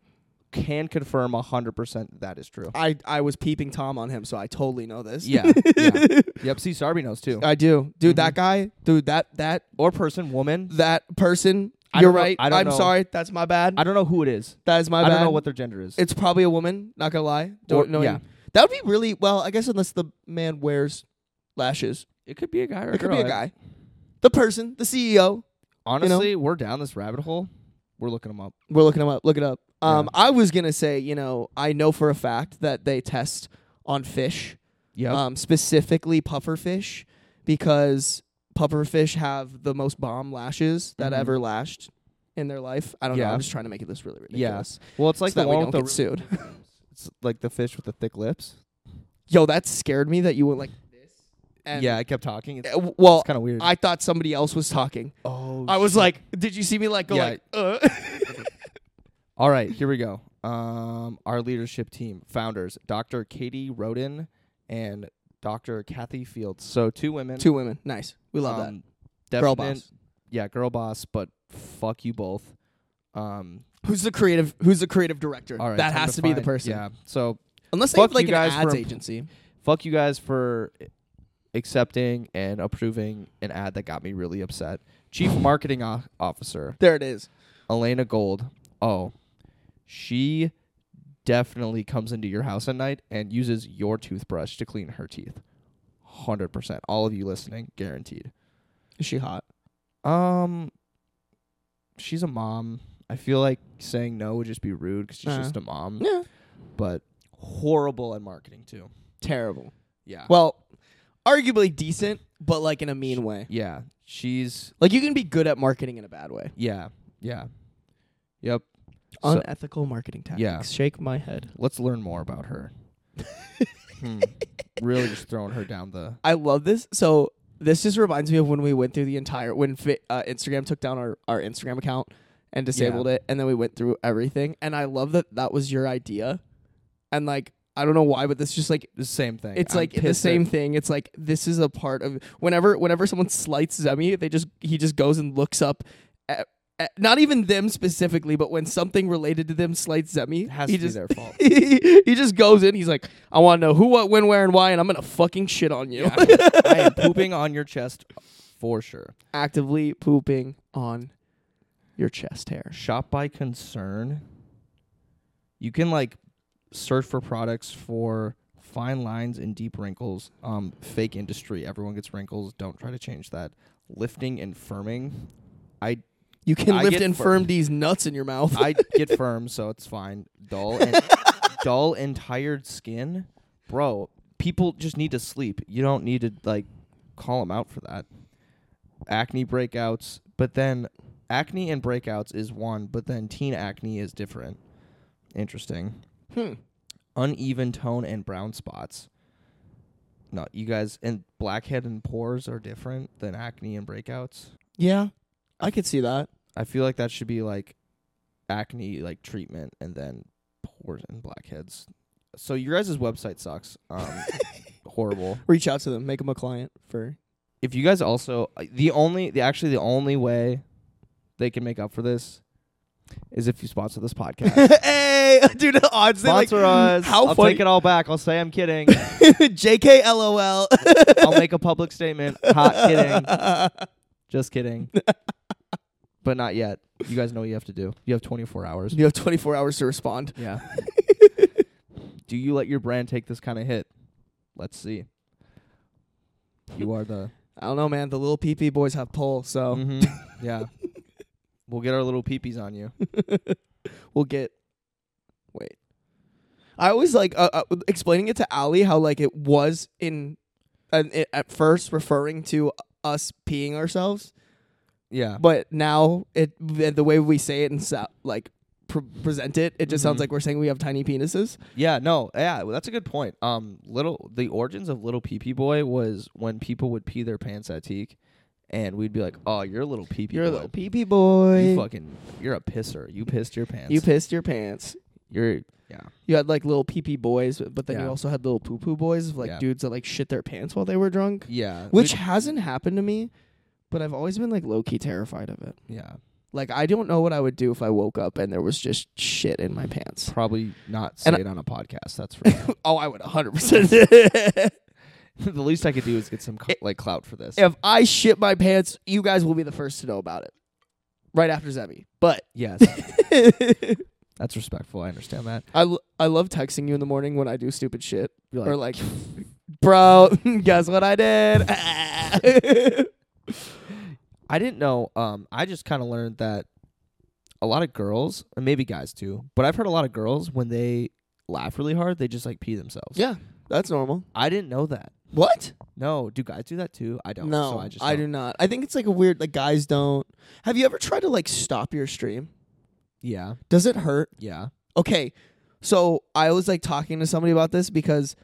B: Can confirm 100% that is true.
A: I, I was peeping Tom on him, so I totally know this.
B: Yeah. yeah. Mm-hmm. Yep. See, Sarby knows too.
A: I do, dude. That guy, dude. That that
B: Or person, woman.
A: that person.
B: I
A: you're
B: don't know-
A: right.
B: I don't
A: am
B: know.
A: sorry. That's my bad.
B: I don't know who it is.
A: that is my
B: I
A: bad.
B: don't know what their gender is.
A: It's probably a woman. Not gonna lie.
B: Or-
A: Don't know.
B: yeah.
A: That would be really well. I guess unless the man wears lashes,
B: it could be a guy or
A: it could be a guy. The person, the E CEO.
B: Honestly, we're down this rabbit hole. We're looking them up.
A: We're looking him up. Look it up. Um,
B: Yeah.
A: I was gonna say, you know, I know for a fact that they test on fish,
B: Yeah.
A: um, specifically puffer fish, because puffer fish have the most bomb lashes that
B: Mhm.
A: ever lashed in their life. I don't know.
B: Yeah.
A: I'm just trying to make it this really
B: yeah.
A: ridiculous.
B: Well, it's like
A: so
B: the
A: that we
B: one
A: don't
B: with
A: get
B: the
A: sued.
B: it's like the fish with the thick lips.
A: Yo, that scared me that you were like this. And
B: yeah, I kept talking. It's,
A: Uh, w- Well,
B: kind of weird.
A: I thought somebody else was talking.
B: oh,
A: I was like, did you see me like go
B: Yeah.
A: like, uh?
B: All right, here we go. Um, our leadership team founders, Dr. Katie Roden and Dr. Kathy Fields. So two women.
A: Two women. Nice. We love that.
B: that.
A: Girl boss.
B: Yeah, girl boss. But fuck you both. Um,
A: Who's the creative? Who's the creative director?
B: all right,
A: that
B: time
A: has to, be
B: find,
A: the person.
B: Yeah. So
A: Unless they have
B: Fuck
A: like an
B: you guys for
A: ads
B: imp-
A: agency.
B: fuck you guys for accepting and approving an ad that got me really upset. Chief marketing o- officer
A: There it is.
B: Elena Gold. Oh, she definitely comes into your house at night and uses your toothbrush to clean her teeth. 100%. All of you listening, guaranteed.
A: Is she hot?
B: Um she's a mom. I feel like saying no would just be rude cuz she's
A: Uh-huh.
B: just a mom,
A: Yeah.
B: but horrible at marketing too.
A: Terrible.
B: Yeah.
A: Well, arguably decent, but like in a mean way.
B: yeah. She's
A: Like you can be good at marketing in a bad way.
B: yeah. Yeah. Yep. So-
A: Unethical marketing tactics.
B: Yeah.
A: Shake my head.
B: let's learn more about her. Hmm. Really just throwing her down the
A: I love this. So this just reminds me of when we went through the entire when Fi- uh, Instagram took down our, our Instagram account and disabled it, and then we went through everything. And I love that that was your idea, and like I don't know why, but this just like
B: the same thing.
A: it's
B: I'm
A: like the
B: pissed
A: same
B: at-
A: thing. It's like this is a part of whenever whenever someone slights Zemi, they just he just goes and looks up. At, at, not even them specifically, but when something related to them slights Zemi,
B: It has
A: he
B: to
A: just
B: be their fault.
A: he just goes in. He's like, I want to know who, what, when, where, and why, and I'm gonna fucking shit on you.
B: Yeah, I I am pooping on your chest for sure.
A: actively pooping on your chest hair.
B: Shop by concern. You can like search for products for fine lines and deep wrinkles. Um, fake industry. Everyone gets wrinkles. Don't try to change that. Lifting and firming. I
A: You can
B: I
A: lift
B: get
A: and
B: firm.
A: firm these nuts in your mouth.
B: I get firm, so it's fine. Dull and dull and tired skin, bro. People just need to sleep. You don't need to like call them out for that. Acne breakouts, but then acne and breakouts is one, but then teen acne is different. Interesting.
A: hmm.
B: Uneven tone and brown spots. No, you guys and blackhead and pores are different than acne and breakouts.
A: Yeah, I could see that.
B: I feel like that should be like acne like treatment and then pores and blackheads. So your guys' website sucks. Um horrible.
A: Reach out to them, make them a client for.
B: If you guys also the only the actually the only way they can make up for this is if you sponsor this podcast.
A: hey, dude, the odds they like
B: Uh, sponsor us.
A: how
B: I'll
A: funny-
B: take it all back. I'll say I'm kidding.
A: JK LOL.
B: I'll make a public statement. Hot kidding. Just kidding. but not yet. You guys know what you have to do. You have 24 hours.
A: you have 24 hours to respond.
B: Yeah. Do you let your brand take this kind of hit? Let's see. You are the.
A: I don't know, man. The little PP boys have pull, so
B: Mhm. Yeah. We'll get our little peepees on you.
A: we'll get. Wait, I always like uh, uh, explaining it to Ali how like it was in, uh, it, at first referring to us peeing ourselves,
B: Yeah.
A: but now it the the way we say it and so, like pr- present it, it just sounds
B: Mhm.
A: like we're saying we have tiny penises.
B: Yeah. No. Yeah. Well, that's a good point. Um, little the origins of little pee pee boy was when people would pee their pants at teak, and we'd be like, "Oh, you're a little pee pee.
A: You're a
B: boy.
A: little PP boy.
B: You fucking. You're a pisser. You pissed your pants.
A: You pissed your pants.
B: You're. Yeah.
A: You had like little pee pee boys, but then
B: Yeah.
A: you also had little poo poo boys, like
B: Yeah.
A: dudes that like shit their pants while they were drunk,
B: Yeah.
A: which hasn't happened to me, but I've always been like low key terrified of it.
B: Yeah.
A: Like I don't know what I would do if I woke up and there was just shit in my pants.
B: Probably not say
A: And I-
B: it on a podcast. That's for sure.
A: Oh, I would 100%.
B: the least I could do is get some cl- like clout for this.
A: if I shit my pants, you guys will be the first to know about it. Right after Zebby. But
B: yes, that's respectful. I understand that.
A: I, l- I love texting you in the morning when I do stupid shit.
B: You're
A: or like, bro, guess what I did?
B: I didn't know. Um, I just kind of learned that a lot of girls, and maybe guys too, but I've heard a lot of girls when they laugh really hard, they just like pee themselves.
A: yeah, that's normal.
B: I didn't know that.
A: What?
B: No, do guys do that too? I don't.
A: no,
B: so I just
A: I do
B: don't.
A: not. I think it's like a weird, like, guys don't. Have you ever tried to, like, stop your stream?
B: Yeah,
A: Does it hurt?
B: yeah.
A: okay so i was like talking to somebody about this because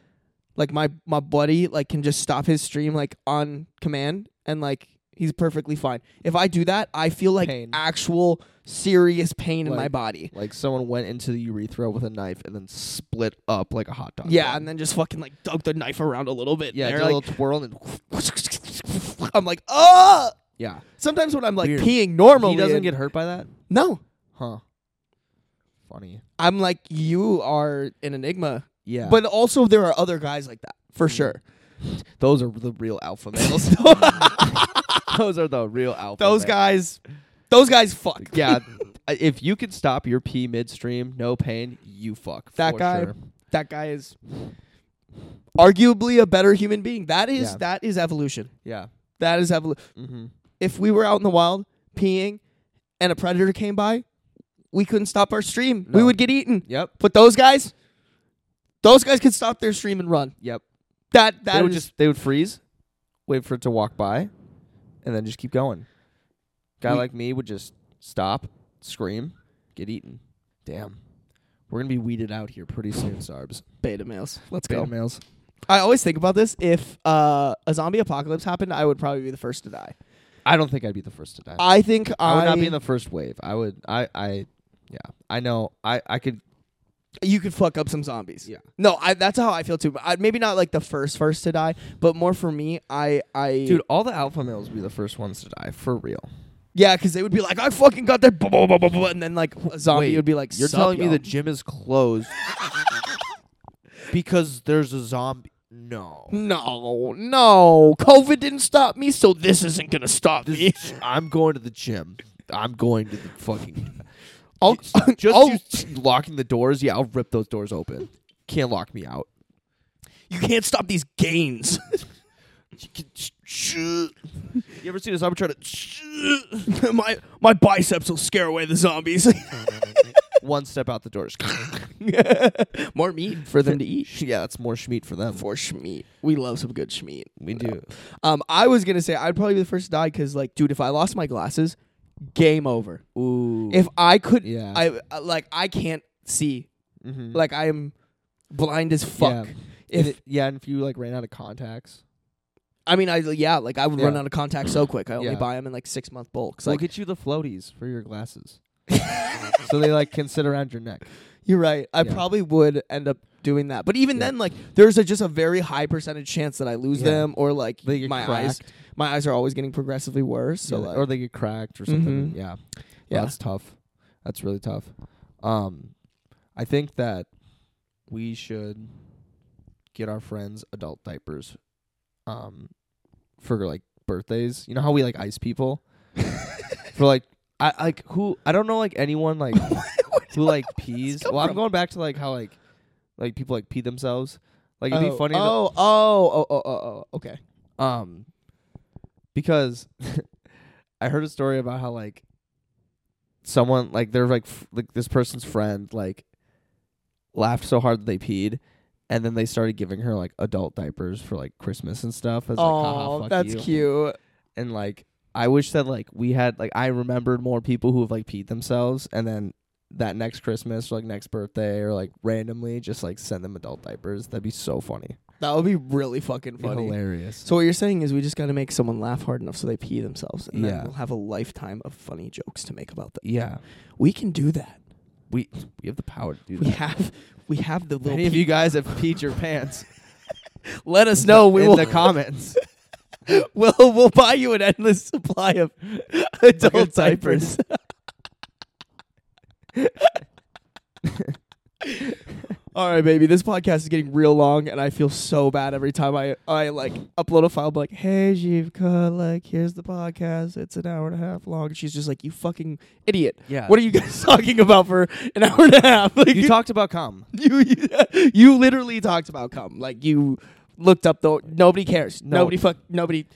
A: like my my buddy like can just stop his stream like on command and like he's perfectly fine if i do that i feel like
B: Pain.
A: actual serious pain in my
B: Like-
A: body
B: Like someone went into the urethra with a knife and then split up like a hot dog.
A: yeah
B: bun.
A: and then just fucking like dug the knife around a little bit
B: uh, yeah,
A: there,
B: did a
A: like,
B: little twirl and
A: i'm like oh
B: yeah.
A: sometimes when i'm like
B: Weird.
A: peeing normally
B: he doesn't
A: and-
B: get hurt by that,
A: no
B: huh? Funny.
A: i'm like you are an enigma
B: Yeah, Mm.
A: but also there are other guys like that for sure
B: those are the real alpha males. those are the real alpha.
A: those
B: males.
A: guys those guys fuck
B: yeah. I- If you can stop your pee midstream, no pain, you fuck.
A: That
B: for
A: guy-
B: sure.
A: that guy is arguably a better human being. That is
B: Yeah.
A: that is evolution.
B: Yeah.
A: That is evolution.
B: Mm-hmm.
A: If we were out in the wild peeing and a predator came by, we couldn't stop our stream. We
B: No.
A: would get eaten.
B: Yep.
A: But those guys, those guys could stop their stream and run.
B: Yep.
A: That
B: they
A: that
B: would
A: is
B: just they would freeze, wait for it to walk by, and then just keep going. Guy
A: We-
B: like me would just stop, scream, get eaten. Damn. We're gonna be weeded out here pretty soon, Sarbs.
A: beta males. Let's
B: Beta
A: go.
B: males.
A: I always think about this. If uh, a zombie apocalypse happened, I would probably be the first to die.
B: I don't think I'd be the first to die.
A: I think I,
B: I would not be in the first wave. I would. I. I. Yeah. I know. I. I could.
A: you could fuck up some zombies.
B: Yeah.
A: No, I, that's how I feel too. I, maybe not like the first first to die, but more for me, I I
B: Dude, all the alpha males would be the first ones to die for real.
A: yeah, because they would be like, I fucking got that, blah, blah, blah, blah, blah, and then like a zombie
B: Wait,
A: would be like,
B: You're
A: "Sup,
B: telling
A: y'all."
B: me the gym is closed because there's a zombie? No.
A: no, no, COVID didn't stop me, so this isn't gonna stop me.
B: This- I'm going to the gym. I'm going to the fucking. Oh,
A: I'll,
B: Just
A: I'll-
B: you locking the doors. Yeah, I'll rip those doors open. Can't lock me out.
A: you can't stop these gains.
B: You ever seen a zombie try to
A: my my biceps will scare away the zombies.
B: one step out the doors?
A: more meat for them to eat.
B: yeah, that's more schmeat for uh, them.
A: For schmeat, we love some good schmeat.
B: We do.
A: Um, I was gonna say I'd probably be the first to die because, like, dude, if I lost my glasses, game over.
B: Ooh.
A: If I could,
B: Yeah.
A: I I- like I can't see.
B: Mhm.
A: Like I am blind as fuck.
B: Yeah.
A: If
B: And it- yeah, and if you like ran out of contacts,
A: I mean, I yeah, like I would run
B: Yeah.
A: out of contact so quick. I only
B: Yeah.
A: buy them in like six month bulks.
B: we'll
A: Like
B: get you the floaties for your glasses, so they like can sit around your neck.
A: you're right. I
B: Yeah.
A: probably would end up doing that. But even
B: Yeah.
A: then, like there's a, just a very high percentage chance that I lose
B: Yeah.
A: them or like
B: They get
A: my eyes.
B: cracked,
A: My eyes are always getting progressively worse.
B: so
A: So like,
B: or they get cracked or something.
A: Mhm.
B: Yeah, Wow,
A: Yeah.
B: that's tough. That's really tough. Um, I think that we should get our friends adult diapers, um, for like birthdays. You know how we like ice people for like I like who I don't know like anyone like who like pees.
A: come
B: Well, I'm
A: from?
B: going back to like how like like people like pee themselves. Like it'd
A: oh,
B: be funny. to-
A: Oh, oh, oh, oh, oh, oh. Okay.
B: um, because I heard a story about how like someone like they're like f- like this person's friend like laughed so hard that they peed, and then they started giving her like adult diapers for like Christmas and stuff. As, like, haha,
A: Oh,
B: fuck
A: that's
B: you.
A: cute.
B: And like I wish that like we had like I remembered more people who have like peed themselves, and then that next Christmas or like next birthday or like randomly just like send them adult diapers. That'd be so funny.
A: That would be really fucking
B: It'd be
A: funny.
B: Hilarious.
A: So what you're saying is we just got to make someone laugh hard enough so they pee themselves, and
B: Yeah.
A: then we'll have a lifetime of funny jokes to make about them.
B: yeah.
A: We can do that.
B: We we have the power to do
A: We
B: that.
A: have we have the little.
B: Any of
A: pee-
B: you guys have peed your pants
A: Let us know. We
B: in
A: will
B: the comments.
A: we'll, we'll buy you an endless supply of adult
B: diapers.
A: diapers. All right, baby. This podcast is getting real long, and I feel so bad every time I, I like upload a file. I'm like, hey, Jivka, like, here's the podcast. It's an hour and a half long. She's just like, you fucking idiot.
B: Yeah.
A: What are you guys talking about for an hour and a half? Like,
B: You talked about cum.
A: you, you, you literally talked about cum. Like, you looked up the. Nobody cares.
B: No.
A: Nobody fuck. Nobody.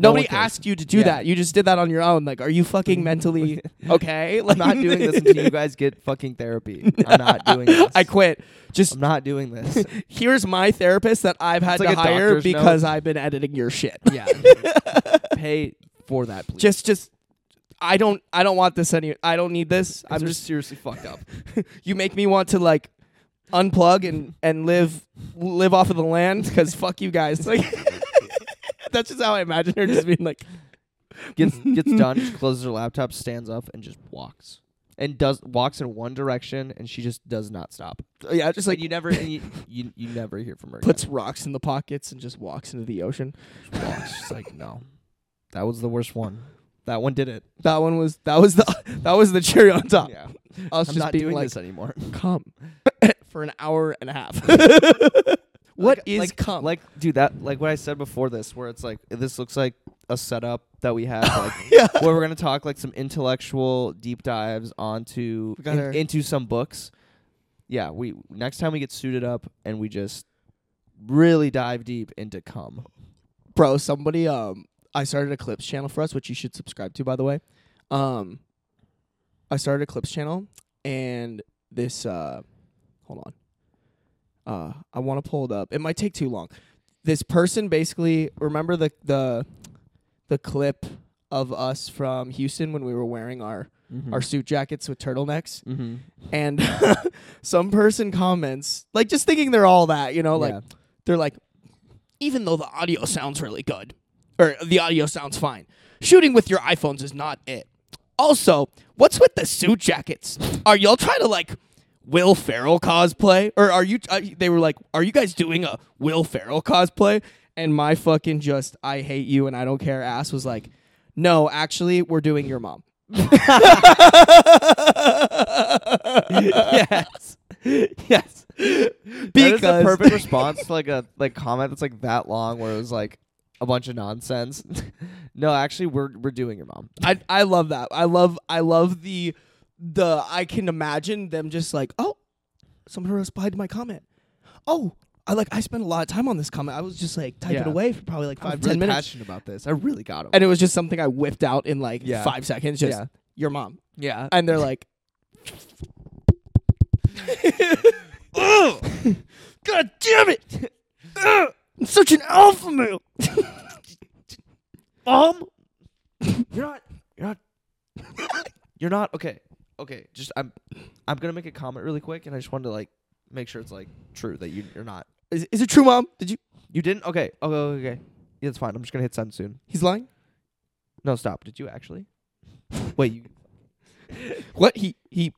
B: No
A: Nobody
B: one cares.
A: asked you to do
B: Yeah.
A: that. You just did that on your own. Like, are you fucking mentally okay? Like,
B: I'm not doing this until you guys get fucking therapy. I'm not doing this.
A: I quit. Just
B: I'm not doing this.
A: here's my therapist that I've had
B: It's like
A: to
B: a
A: hire
B: doctor's
A: because I've been editing your shit.
B: Yeah. Pay for that, please.
A: Just, just, I don't, I don't want this any. I don't need this.
B: I'm
A: I'm
B: just
A: just.
B: seriously fucked up.
A: You make me want to like unplug and and live live off of the land because fuck you guys. Like that's just how I imagine her just being like.
B: Gets gets done, she closes her laptop, stands up, and just walks. And does walks in one direction, and she just does not stop.
A: Yeah, just
B: It's like
A: like
B: you never and you, you you never hear from her.
A: puts rocks in the pockets and just walks into the ocean.
B: again. walks. She's like, no, that was the worst one. That one did it.
A: That one was that was the that was the cherry on top.
B: Yeah,
A: I was
B: I'm
A: Uh, just
B: not
A: being
B: doing
A: like,
B: this anymore.
A: come for an hour and a half. What
B: What
A: is
B: is
A: cum?
B: Like, dude, that like what I said before this, where it's like this looks like a setup that we have, like
A: Yeah.
B: where we're gonna talk like some intellectual deep dives onto
A: We gotta-
B: in- into some books. Yeah, we next time we get suited up and we just really dive deep into cum.
A: bro somebody um i started a clips channel for us which you should subscribe to by the way um i started a clips channel and this uh hold on uh i want to pull it up it might take too long this person basically remember the the the clip of us from houston when we were wearing our our suit jackets with turtlenecks
B: mm-hmm.
A: and some person comments like just thinking they're all that you know like they're like, even though the audio sounds really good, or the audio sounds fine, shooting with your iPhones is not it. Also, what's with the suit jackets? Are y'all trying to like Will Ferrell cosplay, or are you? Uh, they were like, are you guys doing a Will Ferrell cosplay? And my fucking just I hate you and I don't care ass was like, no, actually, we're doing your mom.
B: yes. yes.
A: Because
B: that is the perfect response to like a like comment that's like that long where it was like a bunch of nonsense. no, actually we're we're doing your mom.
A: I I love that. I love I love the the I can imagine them just like, oh, someone replied to my comment. Oh, I like I spent a lot of time on this comment. I was just like typing
B: Yeah.
A: away for probably like
B: I was
A: five, ten
B: really
A: minutes.
B: passionate about this. I really got him.
A: And it was just something I whipped out in like
B: Yeah.
A: five seconds, just
B: Yeah.
A: your mom.
B: yeah.
A: And they're like Ugh! God damn it! Ugh! I'm such an alpha male.
B: um You're not you're not You're not okay. Okay, just I'm I'm gonna make a comment really quick and I just wanted to like make sure it's like true that you you're not.
A: Is, is it true, mom? Did you?
B: You didn't? Okay. Okay, okay, okay. Yeah, it's fine. I'm just gonna hit send soon.
A: He's lying.
B: No, stop. Did you actually? Wait, you
A: What he he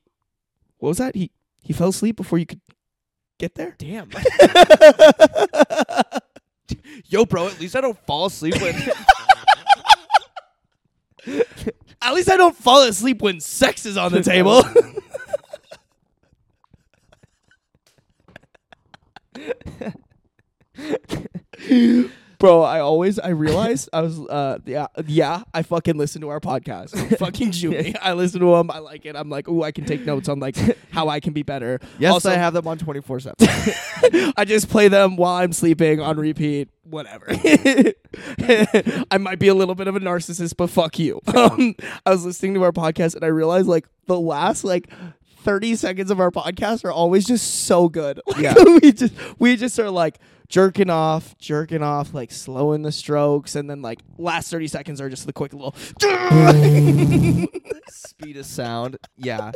A: what was that? He he fell asleep before you could get there?
B: Damn. Yo, bro, at least I don't fall asleep when.
A: At least I don't fall asleep when sex is on the table. Bro, I always I realized I was uh yeah yeah I fucking listen to our podcast. fucking shoot me. I listen to them. I like it. I'm like, ooh, I can take notes on like how I can be better.
B: yes,
A: also,
B: I have them on 24 7.
A: I just play them while I'm sleeping on repeat, whatever. I might be a little bit of a narcissist, but fuck you. Um, I was listening to our podcast and I realized like the last like 30 seconds of our podcast are always just so good. Like,
B: Yeah.
A: we just we just are like jerking off, jerking off, like slowing the strokes, and then like last 30 seconds are just the quick little
B: Speed of sound. Yeah.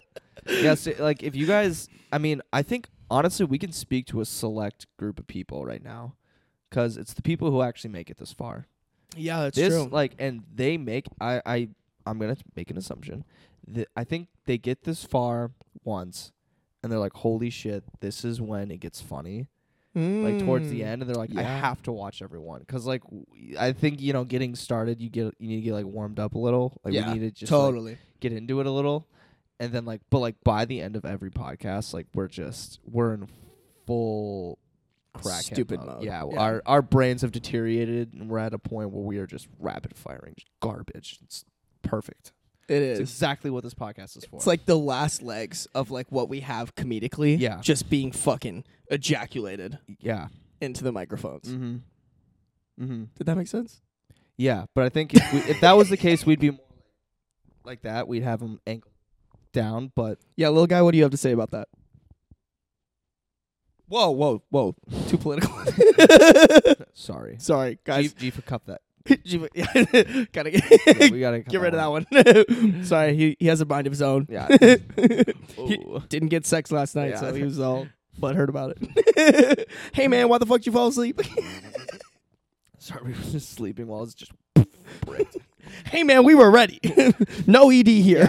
B: Yes, it- like if you guys, I mean, I think honestly, we can speak to a select group of people right now because it's the people who actually make it this far.
A: Yeah, that's
B: this,
A: true.
B: like, and they make, I, I, I'm going to make an assumption. That I think they get this far once and they're like, holy shit, this is when it gets funny. like towards the
A: Mm.
B: end and they're like i
A: Yeah.
B: have to watch everyone because like w- i think you know getting started you get you need to get like warmed up a little like
A: Yeah,
B: we need to just like,
A: totally.
B: get into it a little and then like but like by the end of every podcast, like we're just we're in full crack
A: Stupid mode.
B: Yeah,
A: Yeah.
B: our our brains have deteriorated, and we're at a point where we are just rapid firing just garbage. It's perfect.
A: It
B: It's
A: is.
B: exactly what this podcast is for.
A: It's like the last legs of like what we have comedically.
B: Yeah.
A: Just being fucking ejaculated
B: yeah,
A: into the microphones.
B: mm-hmm, mm-hmm.
A: Did that make sense?
B: yeah. But I think if, we, if that was the case, we'd be more like that. We'd have them ankle down, but
A: Yeah, little guy, what do you have to say about that? Whoa, whoa, whoa. Too political.
B: sorry,
A: Sorry,
B: G,
A: guys.
B: G for cup that.
A: G- yeah, gotta get,
B: Yeah, we gotta
A: get rid of that one. Sorry, he, he has a mind of his own.
B: Yeah.
A: He
B: Ooh.
A: didn't get sex last night,
B: Yeah.
A: so he was all butthurt about it. hey, man, why the fuck did you fall asleep?
B: Sorry, we were just sleeping while it's just
A: hey, man, we were ready. no ED here.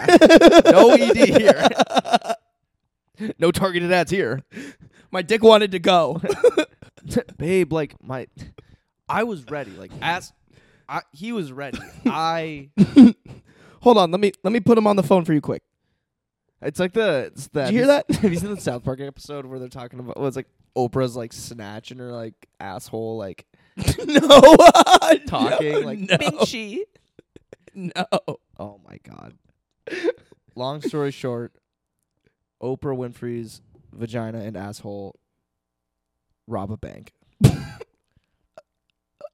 B: no ED here. no targeted ads here.
A: My dick wanted to go.
B: Babe, like my I was ready. Like as I, he was ready. I
A: Hold on, let me let me put him on the phone for you quick.
B: it's like the it's that
A: Did you hear that?
B: Have you seen the South Park episode where they're talking about well, it's like Oprah's like snatching her like asshole like
A: no.
B: talking like
A: no.
B: "Binchy."
A: no.
B: Oh my god. Long story short, Oprah Winfrey's vagina and asshole rob a bank.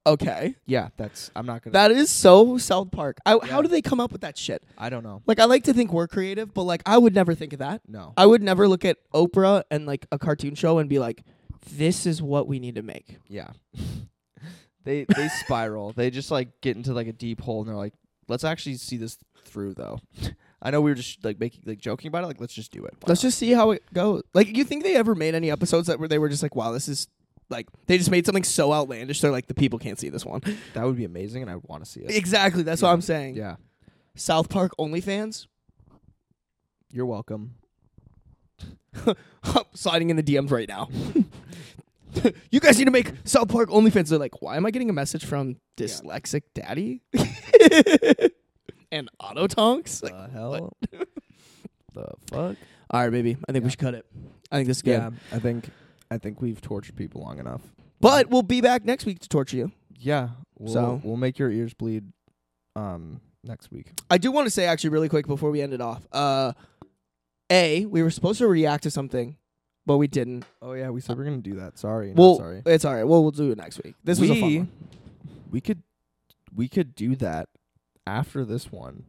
A: Okay.
B: Yeah, that's I'm not gonna
A: That is so South Park. I, How
B: Yeah.
A: do they come up with that shit?
B: I don't know.
A: Like I like to think we're creative, but like I would never think of that.
B: No.
A: I would never look at Oprah and like a cartoon show and be like, "This is what we need to make."
B: Yeah. they they spiral. They just like get into like a deep hole and they're like, let's actually see this through though. I know we were just like making like joking about it, like let's just do it. Why
A: Let's
B: not?
A: just see how it goes. Like, you think they ever made any episodes that where they were just like, "Wow, this is." Like they just made something so outlandish, they're like the people can't see this one.
B: that would be amazing and I would want to see it.
A: Exactly, that's what I'm saying.
B: Yeah.
A: South Park OnlyFans
B: You're welcome.
A: sliding in the DMs right now. you guys need to make South Park OnlyFans. They're like, why am I getting a message from dyslexic daddy and auto tonks? Like,
B: the hell? the fuck?
A: all right, baby, I think we should cut it. I think this is good.
B: Yeah. I think I think we've tortured people long enough.
A: But we'll be back next week to torture you.
B: Yeah. We'll,
A: So-
B: we'll make your ears bleed um next week.
A: I do want to say actually really quick before we end it off. Uh, a we were supposed to react to something, but we didn't.
B: Oh yeah, we said we're gonna do that. Sorry. not
A: well,
B: sorry.
A: it's all right. Well, we'll do it next week. This was a fun
B: We-
A: one.
B: We could we could do that after this one,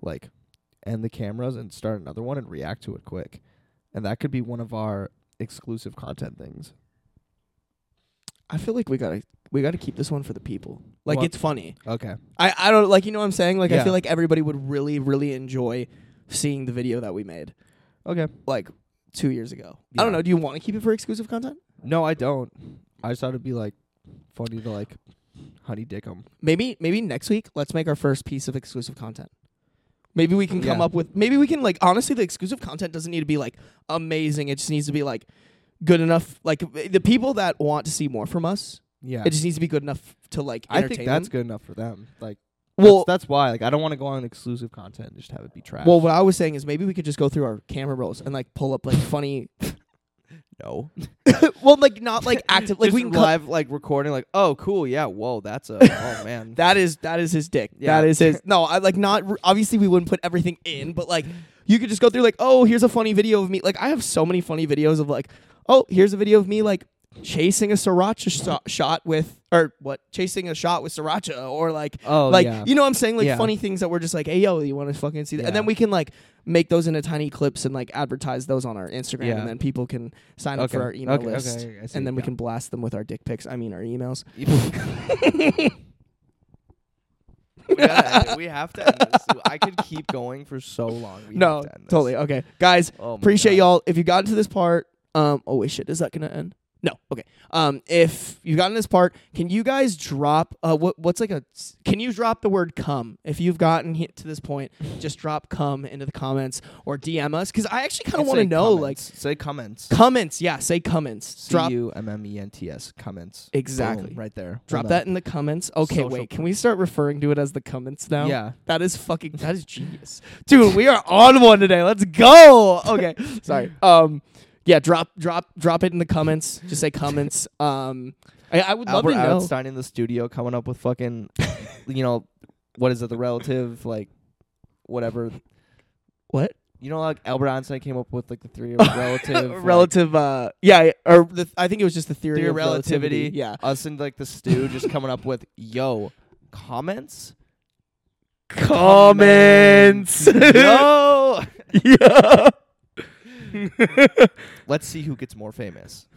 B: like end the cameras and start another one and react to it quick. And that could be one of our exclusive content things.
A: I feel like we gotta we gotta keep this one for the people. Like
B: What?
A: it's funny.
B: Okay.
A: I, I don't like you know what I'm saying? Like I
B: Yeah.
A: feel like everybody would really, really enjoy seeing the video that we made
B: Okay.
A: like two years ago. I
B: Yeah.
A: don't know. Do you want to keep it for exclusive content?
B: No, I don't. I just thought it'd be like funny to like honey dick 'em.
A: Maybe maybe next week let's make our first piece of exclusive content. Maybe we can come
B: Yeah.
A: up with maybe we can like honestly the exclusive content doesn't need to be like amazing. It just needs to be like good enough like the people that want to see more from us,
B: Yeah.
A: it just needs to be good enough to like
B: I
A: entertain
B: think that's
A: them.
B: good enough for them. Like
A: Well,
B: that's, that's why. Like I don't want to go on exclusive content and just have it be trash.
A: well what I was saying is maybe we could just go through our camera rolls and like pull up like funny
B: no.
A: well like not like active like
B: Just
A: we can cut
B: live like recording like, oh cool, yeah, whoa, that's a oh man.
A: That is that is his dick.
B: Yeah.
A: That is his. No, I like not. Obviously, we wouldn't put everything in, but like you could just go through like, oh, here's a funny video of me. Like I have so many funny videos of like, oh, here's a video of me like chasing a sriracha so- shot with or what chasing a shot with sriracha or like
B: Oh,
A: like
B: yeah.
A: you know what I'm saying like
B: Yeah.
A: funny things that we're just like hey yo you want to fucking see that
B: Yeah.
A: and then we can like make those into tiny clips and like advertise those on our Instagram
B: Yeah.
A: and then people can sign up
B: Okay.
A: for our email
B: Okay,
A: list
B: okay, I see.
A: and then we
B: Yeah.
A: can blast them with our dick pics I mean our emails
B: we, gotta end it. We have to end this. I could keep going for so long. We
A: no
B: have to end this.
A: totally okay guys
B: Oh my
A: appreciate
B: God.
A: y'all if you got into this part um oh wait shit is that gonna end No. Okay. Um, if you've gotten this part, can you guys drop uh, what what's like a? Can you drop the word "come" if you've gotten hit to this point? Just drop "come" into the comments or DM us because I actually kind of want to know
B: say comments.
A: like comments. Yeah, say comments. drop
B: C U M M E N T S comments.
A: Exactly.
B: Boom, right there.
A: drop
B: Well
A: that
B: done.
A: in the comments. Okay,
B: Social
A: wait. Can we start referring to it as the comments now?
B: Yeah.
A: That is fucking that is genius. Dude, we are on one today. Let's go. Okay. Sorry. Um yeah, drop drop drop it in the comments. Just say comments. Um I, I would love
B: Albert
A: to know.
B: Einstein in the studio coming up with fucking, you know, what is it? The relative like, whatever.
A: What?
B: You know, like Albert Einstein came up with like the three relative like,
A: relative uh yeah, or the, I think it was just the theory,
B: theory
A: of
B: of relativity.
A: Yeah.
B: Us and like the stew just coming up with yo comments.
A: Comments.
B: yo.
A: yeah.
B: Let's see who gets more famous.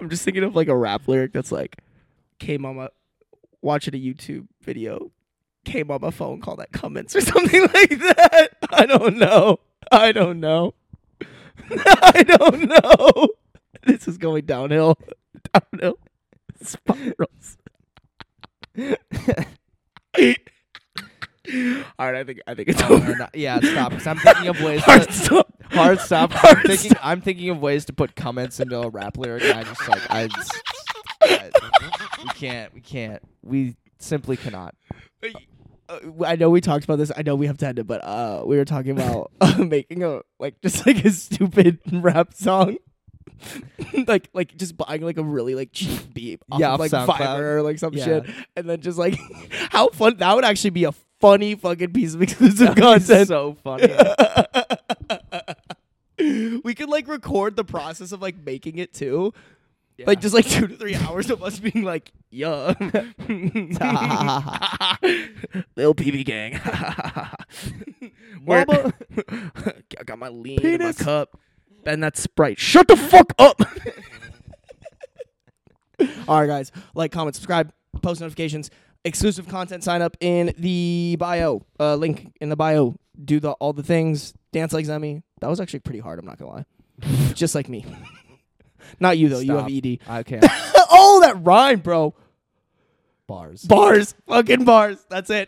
A: I'm just thinking of like a rap lyric that's like, "K mama, watching a YouTube video, K mama phone call that comments or something like that." I don't know. I don't know. I don't know. This is going downhill. Downhill spirals. All right, I think I think it's
B: Oh,
A: over.
B: and, uh, yeah, stop. Because I'm thinking of ways.
A: Hard
B: To,
A: stop.
B: hard stop. I'm
A: Hard
B: thinking,
A: stop.
B: I'm thinking of ways to put comments into a rap lyric. And I just like I, just- I- We can't. We can't. We simply cannot.
A: uh, I know we talked about this. I know we have to end it, but uh, we were talking about uh, making a like just like a stupid rap song, like like just buying like a really like cheap beat off
B: Yeah,
A: of, like
B: off SoundCloud.
A: Fiverr or like some
B: Yeah.
A: shit, and then just like how fun that would actually be a funny fucking piece of exclusive
B: It's
A: content.
B: so funny.
A: we could like record the process of like making it too.
B: Yeah.
A: Like just like two to three hours of us being like, yeah. Lil PB gang. Where-
B: Mama.
A: I got my lean in my
B: Penis.
A: cup. And that Sprite. Shut the fuck up. All right, guys. Like, comment, subscribe, post notifications, exclusive content. Sign up in the bio. Uh, link in the bio. Do the all the things. Dance like Zemi. That was actually pretty hard. I'm not gonna lie. Just like me. not you though.
B: Stop.
A: You have E ED.
B: I can't.
A: oh, that rhyme, bro.
B: Bars.
A: Bars. Fucking bars. That's it.